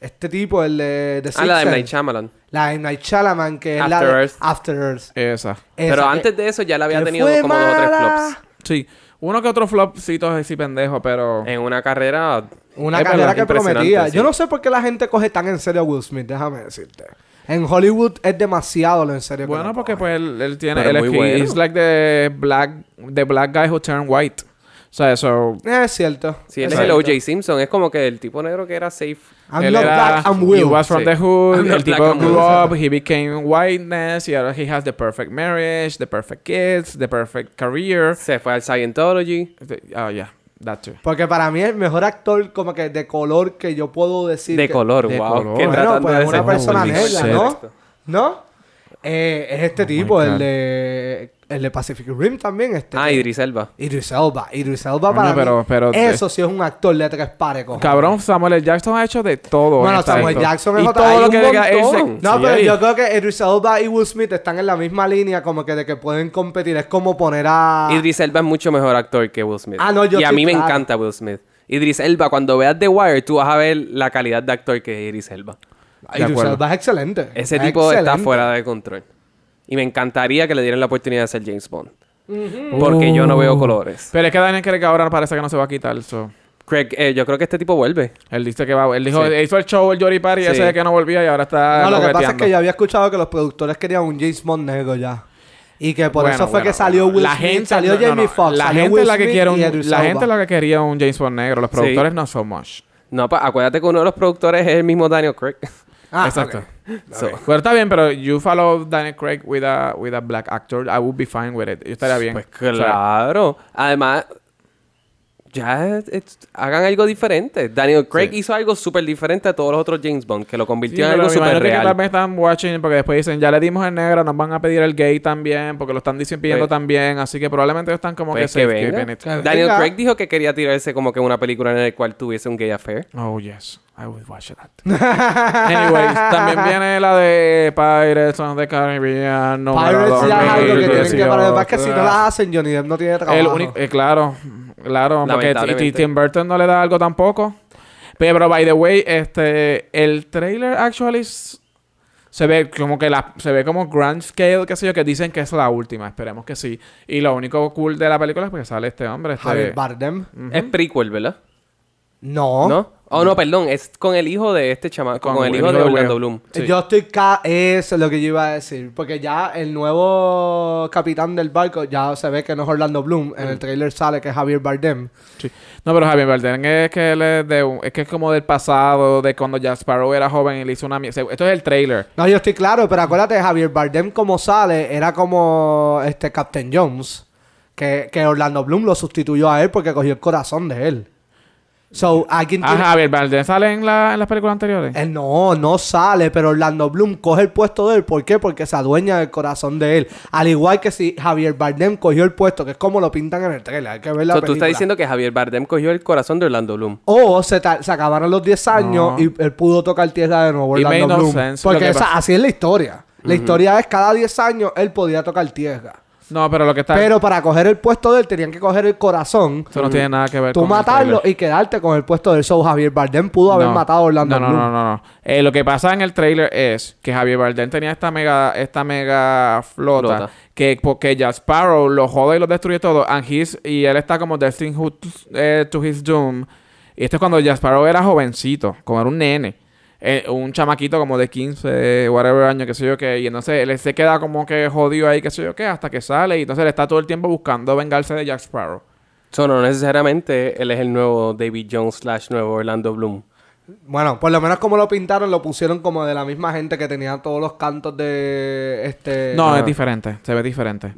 Speaker 3: este tipo, el de, de
Speaker 4: Ah, la de M.
Speaker 3: Sixth Sense.
Speaker 4: Night Shyamalan.
Speaker 3: La de M. Night Shyamalan, que es la
Speaker 4: After
Speaker 3: de
Speaker 4: Earth.
Speaker 3: After Earth.
Speaker 2: Esa.
Speaker 3: Esa
Speaker 4: Pero
Speaker 3: que-
Speaker 4: antes de eso ya la había
Speaker 3: que
Speaker 4: tenido
Speaker 3: fue
Speaker 4: como dos o tres
Speaker 3: mala.
Speaker 4: flops.
Speaker 2: Sí. Uno que otro flopcito así pendejo, pero.
Speaker 4: En una carrera.
Speaker 3: Una
Speaker 4: Es
Speaker 3: carrera
Speaker 4: verdad,
Speaker 3: que
Speaker 4: Eh, impresionante,
Speaker 3: prometía.
Speaker 4: sí.
Speaker 3: Yo no sé por qué la gente coge tan en serio a Will Smith, déjame decirte. En Hollywood es demasiado lo en serio. que
Speaker 2: Bueno,
Speaker 3: lo
Speaker 2: porque
Speaker 3: cogen.
Speaker 2: pues él, él tiene.
Speaker 4: Pero
Speaker 2: Él es
Speaker 4: muy
Speaker 2: que-
Speaker 4: bueno.
Speaker 2: it's like the black, the black guy who turned white. O sea, eso.
Speaker 3: Es cierto.
Speaker 4: Sí, él
Speaker 2: Sí.
Speaker 4: es el O.J. Simpson. Es como que el tipo negro que era safe.
Speaker 3: I'm
Speaker 2: él
Speaker 3: not
Speaker 2: era-
Speaker 3: black, I'm
Speaker 2: He
Speaker 3: Will.
Speaker 2: was from
Speaker 4: Sí.
Speaker 2: the hood.
Speaker 4: I'm
Speaker 2: el
Speaker 4: not
Speaker 2: tipo
Speaker 4: black, I'm
Speaker 2: grew
Speaker 4: Will.
Speaker 2: up. He became whiteness. Y ahora he has the perfect marriage, the perfect kids, the perfect career.
Speaker 4: Se fue al Scientology.
Speaker 2: Ah, yeah. That too.
Speaker 3: Porque para mí el mejor actor como que de color que yo puedo decir.
Speaker 4: De
Speaker 3: que-
Speaker 4: color,
Speaker 2: de
Speaker 4: wow.
Speaker 2: color.
Speaker 4: Qué
Speaker 2: Bueno,
Speaker 3: Bueno,
Speaker 4: tratando de
Speaker 3: pues una
Speaker 4: ser
Speaker 3: persona
Speaker 4: político.
Speaker 3: negra,
Speaker 2: shit.
Speaker 3: ¿no? ¿No? Eh, es este tipo,
Speaker 2: Oh God.
Speaker 3: el de, el de Pacific Rim también. Este,
Speaker 4: Ah, Idris Elba.
Speaker 3: Idris Elba. Idris Elba
Speaker 2: Coño,
Speaker 3: para mí,
Speaker 2: pero- pero-
Speaker 3: Eso sí es un actor de tres pares, cojones.
Speaker 2: Cabrón, Samuel L. Jackson ha hecho de todo.
Speaker 3: Bueno,
Speaker 2: en esta
Speaker 3: Samuel
Speaker 2: historia.
Speaker 3: Jackson es
Speaker 2: y
Speaker 3: otra-
Speaker 2: todo
Speaker 3: hay
Speaker 2: lo
Speaker 3: un
Speaker 2: que diga él se-
Speaker 4: montón.
Speaker 3: No,
Speaker 2: sí,
Speaker 3: pero
Speaker 2: ahí.
Speaker 3: yo creo que Idris Elba y Will Smith están en la misma línea, como que de que pueden competir. Es como poner a.
Speaker 4: Idris Elba es mucho mejor actor que Will Smith.
Speaker 3: Ah, no, yo
Speaker 4: y a
Speaker 3: sí,
Speaker 4: mí me
Speaker 3: claro.
Speaker 4: encanta Will Smith. Idris Elba, cuando veas The Wire, tú vas a ver la calidad de actor que es Idris Elba.
Speaker 2: De
Speaker 3: Idris
Speaker 2: acuerdo.
Speaker 3: Elba es excelente.
Speaker 4: Ese
Speaker 3: Es
Speaker 4: tipo está
Speaker 3: excelente.
Speaker 4: fuera de control. Y me encantaría que le dieran la oportunidad de ser James Bond. Porque yo no
Speaker 3: Uh.
Speaker 4: veo colores.
Speaker 2: Pero es que Daniel Craig ahora parece que no se va a quitar. so.
Speaker 4: Craig, eh, yo creo que este tipo vuelve.
Speaker 2: Él dice que va. Él dijo,
Speaker 4: Sí.
Speaker 2: hizo el show el Jory Party
Speaker 4: Sí.
Speaker 2: ese de que no volvía y ahora está.
Speaker 3: No, lo que pasa es
Speaker 2: loqueteando.
Speaker 3: que yo había escuchado que los productores querían un James Bond negro ya. Y que por
Speaker 2: Bueno,
Speaker 3: eso fue
Speaker 2: bueno,
Speaker 3: que salió
Speaker 2: bueno.
Speaker 3: Will
Speaker 2: la
Speaker 3: Smith,
Speaker 2: gente,
Speaker 3: salió
Speaker 2: no, no,
Speaker 3: Jamie
Speaker 2: no.
Speaker 3: Foxx,
Speaker 2: La
Speaker 3: salió
Speaker 2: gente
Speaker 3: Will
Speaker 2: es la que
Speaker 3: Smith
Speaker 2: quiere un,
Speaker 3: y Idris
Speaker 2: la
Speaker 3: Elba.
Speaker 2: gente es la que quería un James Bond negro. Los
Speaker 4: Sí.
Speaker 2: productores no son much.
Speaker 4: No, pa, acuérdate que uno de los productores es el mismo Daniel Craig.
Speaker 3: Ah,
Speaker 2: Exacto.
Speaker 3: ok.
Speaker 4: So,
Speaker 2: Pero está bien, pero you follow Daniel Craig with a, with a black actor, I would be fine with it. Yo estaría bien.
Speaker 4: Pues
Speaker 2: O sea,
Speaker 4: claro. Además, ya es- es- hagan algo diferente. Daniel Craig
Speaker 2: Sí.
Speaker 4: hizo algo súper diferente a todos los otros James Bond, que lo
Speaker 2: Sí,
Speaker 4: convirtió en
Speaker 2: pero
Speaker 4: algo
Speaker 2: me imagino
Speaker 4: súper
Speaker 2: que
Speaker 4: real.
Speaker 2: tal vez están watching porque después dicen, ya le dimos el negro, nos van a pedir el gay también, porque lo están diciendo pidiendo
Speaker 4: Sí.
Speaker 2: también, así que probablemente están como
Speaker 4: Pues
Speaker 2: que,
Speaker 4: que
Speaker 2: safekeeping
Speaker 4: venga.
Speaker 2: it.
Speaker 3: Que
Speaker 4: Daniel
Speaker 3: venga.
Speaker 4: Craig dijo que quería tirarse como que una película en la cual tuviese un gay affair.
Speaker 2: Oh, yes. I would watch that. Anyways, también viene la de Pirates of the Caribbean. No
Speaker 3: Pirates ya es algo que tienen que parar. Lo que pasa es que si no las hacen, Johnny Depp no tiene trabajo.
Speaker 2: El único... eh, claro. Claro. Porque
Speaker 4: Lamentablemente.
Speaker 2: T- T- Tim Burton no le da algo tampoco. Pero, by the way, este... El trailer actually s- se ve como que la... Se ve como grand scale, qué sé yo, que dicen que es la última. Esperemos que sí. Y lo único cool de la película es porque sale este hombre. Este,
Speaker 3: Javier Bardem.
Speaker 4: Es prequel, ¿verdad?
Speaker 3: No.
Speaker 4: ¿No? Oh, no, perdón. Es con el hijo de este chamaco. Con,
Speaker 2: Con
Speaker 4: el
Speaker 2: el
Speaker 4: hijo
Speaker 2: hijo
Speaker 4: de
Speaker 2: de
Speaker 4: Orlando
Speaker 2: Will.
Speaker 4: Bloom.
Speaker 2: Sí.
Speaker 3: Yo estoy ca eso es lo que yo iba a decir. Porque ya el nuevo capitán del barco ya se ve que no es Orlando Bloom. En
Speaker 2: Mm.
Speaker 3: el trailer sale que es Javier Bardem.
Speaker 2: Sí. No, pero Javier Bardem es que él es de un- es que es como del pasado, de cuando Jack Sparrow era joven y le hizo una mie- se- Esto es el trailer.
Speaker 3: No, yo estoy claro, pero acuérdate, Javier Bardem como sale era como este Captain Jones. Que, que Orlando Bloom lo sustituyó a él porque cogió el corazón de él. So, alguien
Speaker 2: Ah,
Speaker 3: tiene- Eh,
Speaker 2: Javier Bardem sale en, la, en las películas anteriores.
Speaker 3: Él no, no sale, pero Orlando Bloom coge el puesto de él. ¿Por qué? Porque se adueña del corazón de él. Al igual que si Javier Bardem cogió el puesto, que es como lo pintan en el trailer. Hay que ver la
Speaker 4: So, tú
Speaker 3: película.
Speaker 4: estás diciendo que Javier Bardem cogió el corazón de Orlando Bloom.
Speaker 3: O se, ta- se acabaron los 10 años
Speaker 2: No.
Speaker 3: y él pudo tocar tierra de nuevo,
Speaker 2: It
Speaker 3: Orlando
Speaker 2: made no
Speaker 3: Bloom.
Speaker 2: sense. Lo
Speaker 3: Porque
Speaker 2: que
Speaker 3: esa-
Speaker 2: pasa-
Speaker 3: así es la historia. La historia es cada 10 años él podía tocar tierra.
Speaker 2: No, pero lo que está.
Speaker 3: Pero para coger el puesto de él tenían que coger el corazón,
Speaker 2: Eso no tiene nada que ver
Speaker 3: tú
Speaker 2: con el
Speaker 3: matarlo
Speaker 2: trailer.
Speaker 3: y quedarte con el puesto del show. Javier Bardem pudo haber
Speaker 2: No.
Speaker 3: matado a Orlando
Speaker 2: no, no, No,
Speaker 3: Bloom.
Speaker 2: no, no. Eh, lo que pasa en el trailer es que Javier Bardem tenía esta mega, esta mega flota,
Speaker 4: Flota.
Speaker 2: que porque Jack Sparrow lo jode y lo destruye todo, and he's- y él está como destined who- eh, to his doom. Y esto es cuando Jack Sparrow era jovencito, como era un nene. eh, un chamaquito como de 15, whatever año, qué sé yo qué. Y entonces él se queda como que jodido ahí, qué sé yo qué, hasta que sale. Y entonces él está todo el tiempo buscando vengarse de Jack Sparrow.
Speaker 4: So, no necesariamente él es el nuevo David Jones slash nuevo Orlando Bloom.
Speaker 3: Bueno, por lo menos como lo pintaron, lo pusieron como de la misma gente que tenía todos los cantos de este.
Speaker 2: No,
Speaker 4: ajá.
Speaker 2: es diferente, se ve diferente.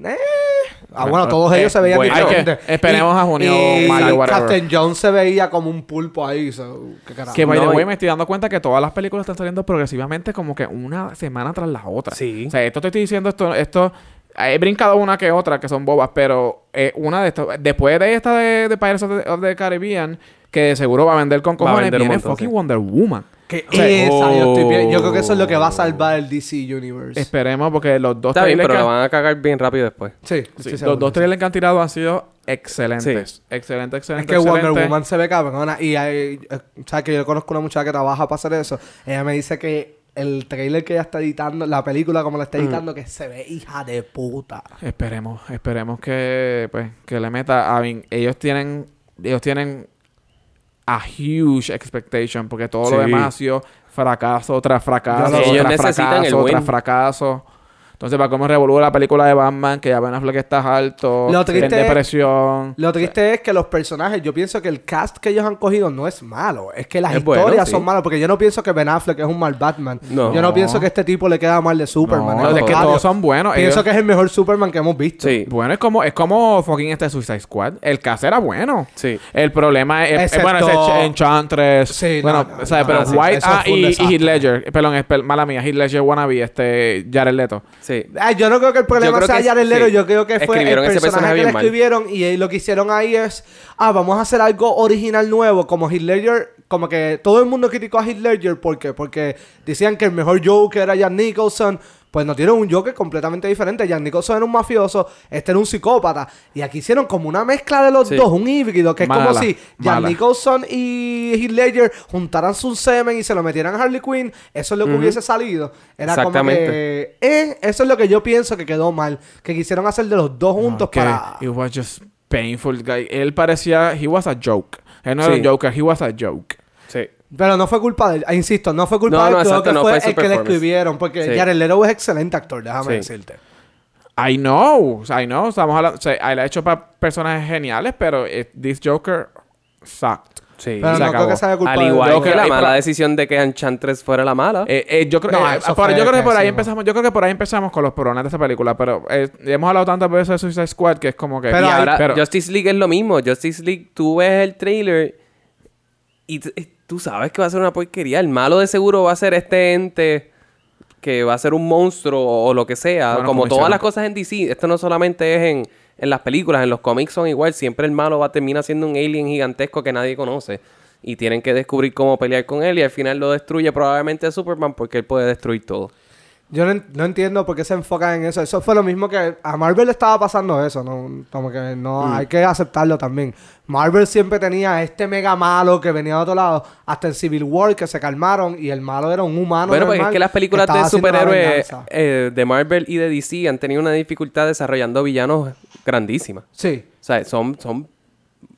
Speaker 3: Ah, bueno, todos
Speaker 2: Eh,
Speaker 3: ellos se veían
Speaker 2: bueno, hay que-
Speaker 3: diferentes.
Speaker 2: esperemos a junio,
Speaker 3: y
Speaker 2: mayo, whatever.
Speaker 3: Captain John se veía como un pulpo ahí. so, ¿qué carajo?
Speaker 2: Que by the
Speaker 4: No,
Speaker 2: way,
Speaker 4: y-
Speaker 2: me estoy dando cuenta que todas las películas están saliendo progresivamente como que una semana tras la otra.
Speaker 4: Sí.
Speaker 2: O sea, esto te estoy diciendo, esto, esto, he brincado una que otra que son bobas, pero eh, una de estas, después de esta de, de Pirates of the, of the Caribbean, que de seguro va a vender con
Speaker 4: a
Speaker 2: cojones,
Speaker 4: vender un
Speaker 2: viene
Speaker 4: montón,
Speaker 2: fucking
Speaker 4: sí.
Speaker 2: Wonder Woman.
Speaker 3: Que
Speaker 2: o sea,
Speaker 3: esa, yo, estoy bien- yo creo que eso es lo que va a
Speaker 4: oh.
Speaker 3: salvar el DC Universe.
Speaker 2: Esperemos porque los dos
Speaker 4: Está bien,
Speaker 2: trailers
Speaker 4: pero
Speaker 2: que-
Speaker 4: la van a cagar bien rápido después.
Speaker 3: sí,
Speaker 2: sí,
Speaker 3: sí,
Speaker 2: los
Speaker 3: seguro.
Speaker 2: dos trailers que han tirado han sido excelentes. Excelente,
Speaker 3: Es
Speaker 2: excelente,
Speaker 3: que Wonder
Speaker 2: excelente.
Speaker 3: Woman se ve cabrona. Y hay, eh, sabes que yo conozco una muchacha que trabaja para hacer eso. Ella me dice que el trailer que ella está editando, la película como
Speaker 2: Mm.
Speaker 3: la está editando, que se ve hija de puta.
Speaker 2: Esperemos, esperemos que, pues, que le meta. I mean, ellos tienen, ellos tienen a huge expectation porque todo lo
Speaker 4: Sí.
Speaker 2: demás ha sido fracaso tras fracaso.
Speaker 3: Yo lo-
Speaker 2: tras
Speaker 4: Ellos necesitan
Speaker 2: fracaso,
Speaker 4: el win.
Speaker 2: tras fracaso. Entonces, para cómo revolvió la película de Batman, que ya Ben Affleck está alto,
Speaker 3: Lo
Speaker 2: en
Speaker 3: triste-
Speaker 2: depresión.
Speaker 3: Lo triste es que los personajes, yo pienso que el cast que ellos han cogido no es malo, es que las
Speaker 4: Es bueno,
Speaker 3: historias
Speaker 4: sí.
Speaker 3: son malas, porque yo no pienso que Ben Affleck es un mal Batman.
Speaker 4: No.
Speaker 3: Yo no pienso que este tipo le queda mal de Superman.
Speaker 2: No,
Speaker 3: al
Speaker 2: es que
Speaker 3: contrario.
Speaker 2: todos son buenos.
Speaker 3: Pienso
Speaker 2: ellos-
Speaker 3: que es el mejor Superman que hemos visto.
Speaker 4: Sí,
Speaker 2: Bueno, es como, es como fucking este Suicide Squad. El caso era bueno.
Speaker 4: sí.
Speaker 2: El problema es, es- bueno,
Speaker 3: Excepto-
Speaker 2: ese Ch- Enchantress.
Speaker 3: Sí, no,
Speaker 2: bueno,
Speaker 3: no,
Speaker 2: ¿sabes?
Speaker 3: no,
Speaker 2: pero
Speaker 3: no, sí,
Speaker 2: White
Speaker 3: eso
Speaker 2: ah,
Speaker 3: fue un
Speaker 2: y, y
Speaker 3: desastre.
Speaker 2: Heath Ledger. Perdón, espe- mala mía, Heath Ledger wannabe, este Jared Leto.
Speaker 4: Sí.
Speaker 3: Ah, yo no creo que el
Speaker 4: Yo
Speaker 3: problema
Speaker 4: creo
Speaker 3: sea
Speaker 4: que-
Speaker 3: Jared Leto,
Speaker 4: sí.
Speaker 3: yo creo que fue el
Speaker 4: Escribieron ese
Speaker 3: personaje,
Speaker 4: personaje
Speaker 3: que
Speaker 4: bien
Speaker 3: le
Speaker 4: mal.
Speaker 3: escribieron y eh, lo que hicieron ahí es, ah, vamos a hacer algo original nuevo, como Heath Ledger, como que todo el mundo criticó a Heath Ledger, ¿por qué? Porque decían que el mejor Joker era Jack Nicholson, pues no tienen un Joker completamente diferente, Jack Nicholson era un mafioso, este era un psicópata, y aquí hicieron como una mezcla de los
Speaker 4: Sí.
Speaker 3: dos, un híbrido, que es
Speaker 2: Mala,
Speaker 3: como si Jack
Speaker 2: mala.
Speaker 3: Nicholson y Heath Ledger juntaran su semen y se lo metieran a Harley Quinn, eso es lo que hubiese salido, era
Speaker 4: Exactamente.
Speaker 3: como que... Eh, eh, eso es lo que yo pienso que quedó mal. Que quisieron hacer de los
Speaker 4: Ah,
Speaker 3: dos juntos
Speaker 2: Que
Speaker 3: para.
Speaker 2: It was just painful. guy. Él parecía... He was a joke. Él no era
Speaker 4: Sí.
Speaker 2: un joker. He was a joke.
Speaker 4: Sí.
Speaker 3: Pero no fue culpa de él. Ah, Insisto, no fue culpa
Speaker 4: No,
Speaker 3: de él.
Speaker 4: no,
Speaker 3: creo
Speaker 4: exacto,
Speaker 3: que
Speaker 4: no
Speaker 3: fue,
Speaker 4: fue su
Speaker 3: el que le
Speaker 4: performance.
Speaker 3: escribieron. Porque
Speaker 4: Sí.
Speaker 3: Jared Leto es excelente actor, déjame
Speaker 4: Sí.
Speaker 3: decirte.
Speaker 2: I know. I know. Estamos hablando... o sea, él ha hecho para personajes geniales, pero eh, this joker sucked. Sí.
Speaker 3: Pero
Speaker 2: se
Speaker 3: no
Speaker 2: acabó.
Speaker 3: creo que sea culpa
Speaker 4: Al
Speaker 3: de-
Speaker 4: igual
Speaker 2: Yo
Speaker 4: que
Speaker 2: creo-
Speaker 4: la
Speaker 2: y
Speaker 4: mala
Speaker 2: pra-
Speaker 4: decisión de que Enchantress fuera la mala.
Speaker 2: Eh, eh, yo creo,
Speaker 3: No,
Speaker 2: eh,
Speaker 3: eso
Speaker 2: por-
Speaker 3: fue
Speaker 2: yo creo que por ahí
Speaker 3: pésimo.
Speaker 2: empezamos, yo creo que por ahí empezamos con los problemas de esta película, pero eh, hemos hablado tantas veces de Suicide Squad que es como que
Speaker 3: Pero
Speaker 4: y
Speaker 3: ahí-
Speaker 4: ahora
Speaker 2: pero-
Speaker 4: Justice League es lo mismo. Justice League, tú ves el trailer y t- eh, tú sabes que va a ser una porquería. El malo de seguro va a ser este ente que va a ser un monstruo o, o lo que sea.
Speaker 2: Bueno,
Speaker 4: como
Speaker 2: como
Speaker 4: todas
Speaker 2: hicieron-
Speaker 4: las cosas en DC, esto no solamente es en, en las películas, en los cómics son igual. Siempre el malo va a terminar siendo un alien gigantesco que nadie conoce. Y tienen que descubrir cómo pelear con él y al final lo destruye probablemente Superman porque él puede destruir todo.
Speaker 3: Yo no, en- no entiendo por qué se enfocan en eso. Eso fue lo mismo que a Marvel le estaba pasando eso, ¿no? Como que
Speaker 4: Mm.
Speaker 3: no, hay que aceptarlo también. Marvel siempre tenía este mega malo que venía de otro lado, hasta en Civil War que se calmaron y el malo era un humano.
Speaker 4: Bueno, pues
Speaker 3: Ah, normal
Speaker 4: es que las películas
Speaker 3: que estaba
Speaker 4: de
Speaker 3: haciendo la
Speaker 4: superhéroes
Speaker 3: venganza.
Speaker 4: eh, de Marvel y de DC han tenido una dificultad desarrollando villanos grandísima.
Speaker 3: Sí.
Speaker 4: O sea, son, son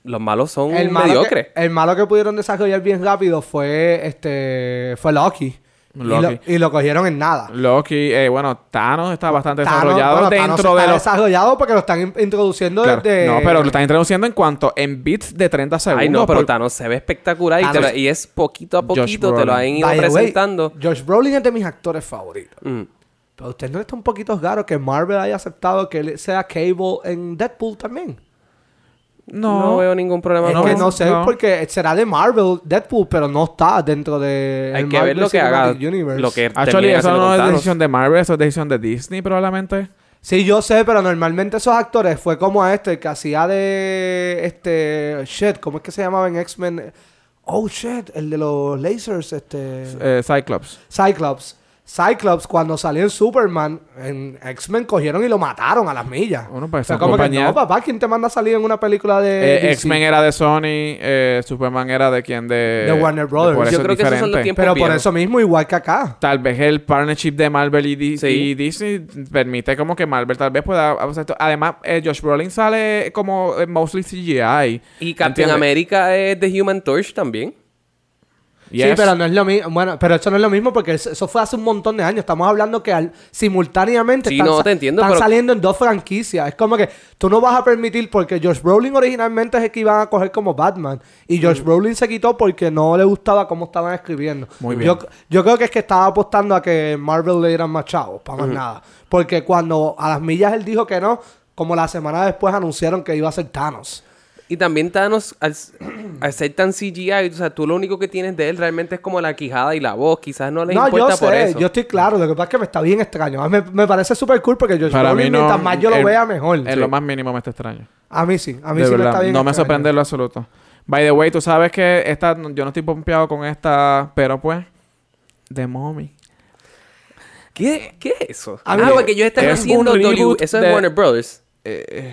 Speaker 4: los malos son
Speaker 3: El malo,
Speaker 4: mediocres.
Speaker 3: que, el malo que pudieron desarrollar bien rápido fue este fue Loki. Y lo-
Speaker 2: Loki.
Speaker 3: Y, lo, cogieron en nada.
Speaker 2: Loki, eh, bueno, Thanos está bastante
Speaker 3: Thanos-
Speaker 2: desarrollado
Speaker 3: bueno, Thanos
Speaker 2: dentro
Speaker 3: está
Speaker 2: de los
Speaker 3: desarrollado porque lo están in- introduciendo
Speaker 2: Claro.
Speaker 3: desde...
Speaker 2: No, pero lo están introduciendo en cuanto en bits de 30 segundos.
Speaker 4: Ay, no, pero
Speaker 2: por-
Speaker 4: Thanos se ve espectacular y, te
Speaker 2: Thanos-
Speaker 4: lo- y es poquito a
Speaker 2: Josh
Speaker 4: poquito te lo
Speaker 2: Brolin.
Speaker 4: han ido
Speaker 3: By the way,
Speaker 4: presentando.
Speaker 3: Josh Brolin es de mis actores favoritos.
Speaker 4: Mm.
Speaker 3: Pero usted no está un poquito raro que Marvel haya aceptado que él sea Cable en Deadpool también.
Speaker 4: No.
Speaker 2: no,
Speaker 4: veo ningún problema.
Speaker 3: es
Speaker 4: con
Speaker 3: que
Speaker 4: eso.
Speaker 3: no sé,
Speaker 2: no.
Speaker 3: porque será de Marvel Deadpool, pero no está dentro de
Speaker 4: Hay
Speaker 3: el
Speaker 4: que ver
Speaker 3: Marvel
Speaker 4: lo que haga.
Speaker 3: Cinematic Universe.
Speaker 4: Lo que
Speaker 2: Actually,
Speaker 4: terminen
Speaker 2: eso
Speaker 4: haciendo
Speaker 2: no
Speaker 4: con
Speaker 2: es
Speaker 4: Thanos.
Speaker 2: decisión de Marvel, eso es decisión de Disney probablemente.
Speaker 3: Sí, yo sé, pero normalmente esos actores fue como este, el que hacía de este shit, ¿cómo es que se llamaba en X-Men? Oh shit, el de los lasers, este
Speaker 2: Eh, Cyclops.
Speaker 3: Cyclops. Cyclops cuando salió en Superman, en X-Men cogieron y lo mataron a las millas.
Speaker 2: Bueno, pues,
Speaker 3: Fue
Speaker 2: son
Speaker 3: como
Speaker 2: compañías-
Speaker 3: que no, papá, ¿quién te manda a salir en una película de
Speaker 2: Eh,
Speaker 3: DC?
Speaker 2: X-Men era de Sony, eh, Superman era de quien de...
Speaker 3: De Warner Brothers.
Speaker 2: por
Speaker 3: Yo
Speaker 2: eso es
Speaker 4: creo que esos son los
Speaker 2: diferente.
Speaker 4: tiempos-
Speaker 3: Pero por
Speaker 4: Vieron.
Speaker 3: eso mismo igual que acá.
Speaker 2: Tal vez el partnership de Marvel y, Di-
Speaker 4: Sí.
Speaker 2: y Disney permite como que Marvel tal vez pueda... o sea, esto- Además, eh, Josh Brolin sale como eh, mostly CGI.
Speaker 4: Y Captain
Speaker 2: ¿Entiendes?
Speaker 4: America es de Human Torch también.
Speaker 2: Yes.
Speaker 3: Sí, pero no es lo mismo. Bueno, pero eso no es lo mismo porque eso- eso fue hace un montón de años. Estamos hablando que al- simultáneamente
Speaker 4: Sí,
Speaker 3: están,
Speaker 4: no,
Speaker 3: sa-
Speaker 4: te entiendo,
Speaker 3: están
Speaker 4: pero-
Speaker 3: saliendo en dos franquicias. Es como que tú no vas a permitir porque Josh Brolin originalmente es el que iban a coger como Batman
Speaker 4: Mm.
Speaker 3: y Josh Brolin se quitó porque no le gustaba cómo estaban escribiendo.
Speaker 2: Muy bien.
Speaker 3: Yo, yo creo que es que estaba apostando a que Marvel le dieran más chavos, para más nada. Porque cuando a las millas él dijo que no, como la semana después anunciaron que iba a ser Thanos.
Speaker 4: Y también Thanos, al, al ser tan CGI, o sea, tú lo único que tienes de él realmente es como la quijada y la voz. Quizás no les
Speaker 3: No, yo
Speaker 4: importa por
Speaker 3: sé,
Speaker 4: eso.
Speaker 3: yo estoy claro. Lo que pasa es que me está bien extraño. A mí Me, me parece súper cool porque Josh
Speaker 2: Para mí
Speaker 3: Brolin,
Speaker 2: no...
Speaker 3: mientras más yo lo
Speaker 2: en-
Speaker 3: vea, mejor.
Speaker 2: En lo más mínimo me está extraño.
Speaker 3: A mí sí, a mí
Speaker 2: De
Speaker 3: sí me
Speaker 2: verdad,
Speaker 3: está bien
Speaker 2: no me
Speaker 3: extraño.
Speaker 2: sorprende en lo absoluto. By the way, tú sabes que esta, yo no estoy pompeado con esta, pero pues, de mommy.
Speaker 4: ¿Qué, ¿Qué es eso?
Speaker 3: A
Speaker 4: Ah,
Speaker 3: mí-
Speaker 4: porque ellos están
Speaker 2: es
Speaker 4: haciendo
Speaker 2: un
Speaker 4: W-
Speaker 2: reboot
Speaker 4: Eso es
Speaker 2: de-
Speaker 4: Warner Brothers.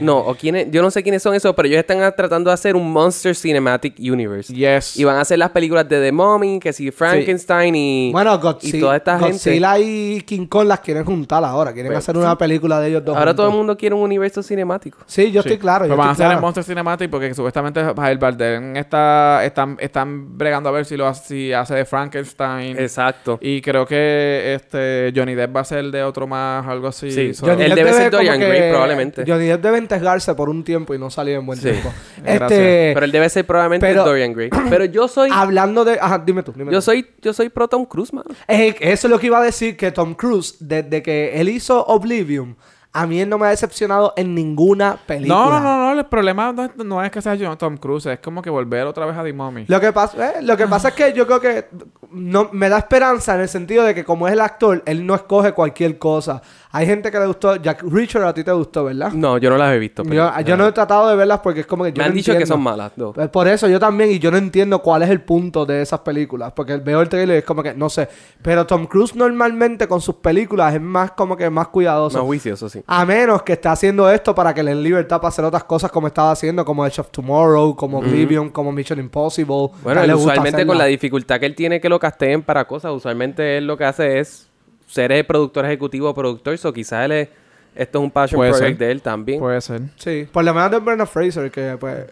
Speaker 4: no, o quiénes... Yo no sé quiénes son esos, pero ellos están ah, tratando de hacer un Monster Cinematic Universe.
Speaker 2: Yes.
Speaker 4: Y van a hacer las películas de The Mummy, que si Frankenstein y...
Speaker 3: Bueno,
Speaker 4: Y toda
Speaker 3: Godzilla,
Speaker 4: esta gente. Pues,
Speaker 3: Godzilla y King Kong las quieren juntar ahora. Quieren hacer una película de ellos dos.
Speaker 4: Ahora todo el
Speaker 3: juntos.
Speaker 4: mundo quiere un universo cinemático.
Speaker 3: Sí, yo
Speaker 2: Sí.
Speaker 3: estoy claro. Yo
Speaker 2: Pero van a
Speaker 3: estoy
Speaker 2: hacer el
Speaker 3: claro.
Speaker 2: Monster Cinematic porque supuestamente Javier Bardem está, están, están bregando a ver si lo hace, si hace de Frankenstein.
Speaker 4: Eh, Exacto.
Speaker 2: Y creo que este Johnny Depp va a ser de otro más, algo así.
Speaker 4: Sí.
Speaker 2: So- Eh,
Speaker 4: Johnny- Él debe ser
Speaker 3: como
Speaker 4: Dorian
Speaker 3: que-
Speaker 4: Gray, probablemente.
Speaker 3: Johnny Depp debe entregarse por un tiempo y no salir en buen
Speaker 4: Sí.
Speaker 3: tiempo.
Speaker 2: Gracias.
Speaker 3: Este,
Speaker 4: Pero él debe ser probablemente
Speaker 3: pero-
Speaker 4: Dorian Gray. Pero yo soy...
Speaker 3: hablando de... Ajá, dime tú. Dime
Speaker 4: Yo
Speaker 3: tú.
Speaker 4: soy... Yo soy pro Tom Cruise, mano.
Speaker 3: Eh, eso es lo que iba a decir, que Tom Cruise, desde que él hizo Oblivion, a mí él no me ha decepcionado en ninguna película.
Speaker 2: no, no, no, no, el problema no, es- no es que sea John Tom Cruise, es como que volver otra vez a The Mummy.
Speaker 3: Lo que, pasa, eh, lo
Speaker 4: Ah.
Speaker 3: que pasa es que yo creo que no, me da esperanza en el sentido de que como es el actor, él no escoge cualquier cosa. Hay gente que le gustó, Jack Richard a ti te gustó, ¿verdad?
Speaker 4: No, yo no las he visto. pero- eh.
Speaker 3: Yo, yo no he tratado de verlas porque es como que yo
Speaker 4: Me
Speaker 3: no
Speaker 4: han dicho que
Speaker 3: entiendo.
Speaker 4: son malas, dos.
Speaker 3: Pues por eso yo también, y yo no entiendo cuál es el punto de esas películas, porque veo el trailer y es como que, no sé, pero Tom Cruise normalmente con sus películas es más como que más cuidadoso.
Speaker 4: Más juicioso, sí.
Speaker 3: A menos que esté haciendo esto para que le den libertad para hacer otras cosas como estaba haciendo, como Edge of Tomorrow, como Oblivion, como Mission Impossible.
Speaker 4: Bueno,
Speaker 3: A él
Speaker 4: él
Speaker 3: le gusta
Speaker 4: usualmente con la
Speaker 3: hacerla.
Speaker 4: dificultad que él tiene que lo casteen para cosas, usualmente él lo que hace es ser el productor ejecutivo o productor, o quizás él es, esto es un passion
Speaker 2: Puede
Speaker 4: project
Speaker 2: ser.
Speaker 4: de él también.
Speaker 2: Puede ser.
Speaker 3: Sí, por lo menos de Brendan Fraser, que pues...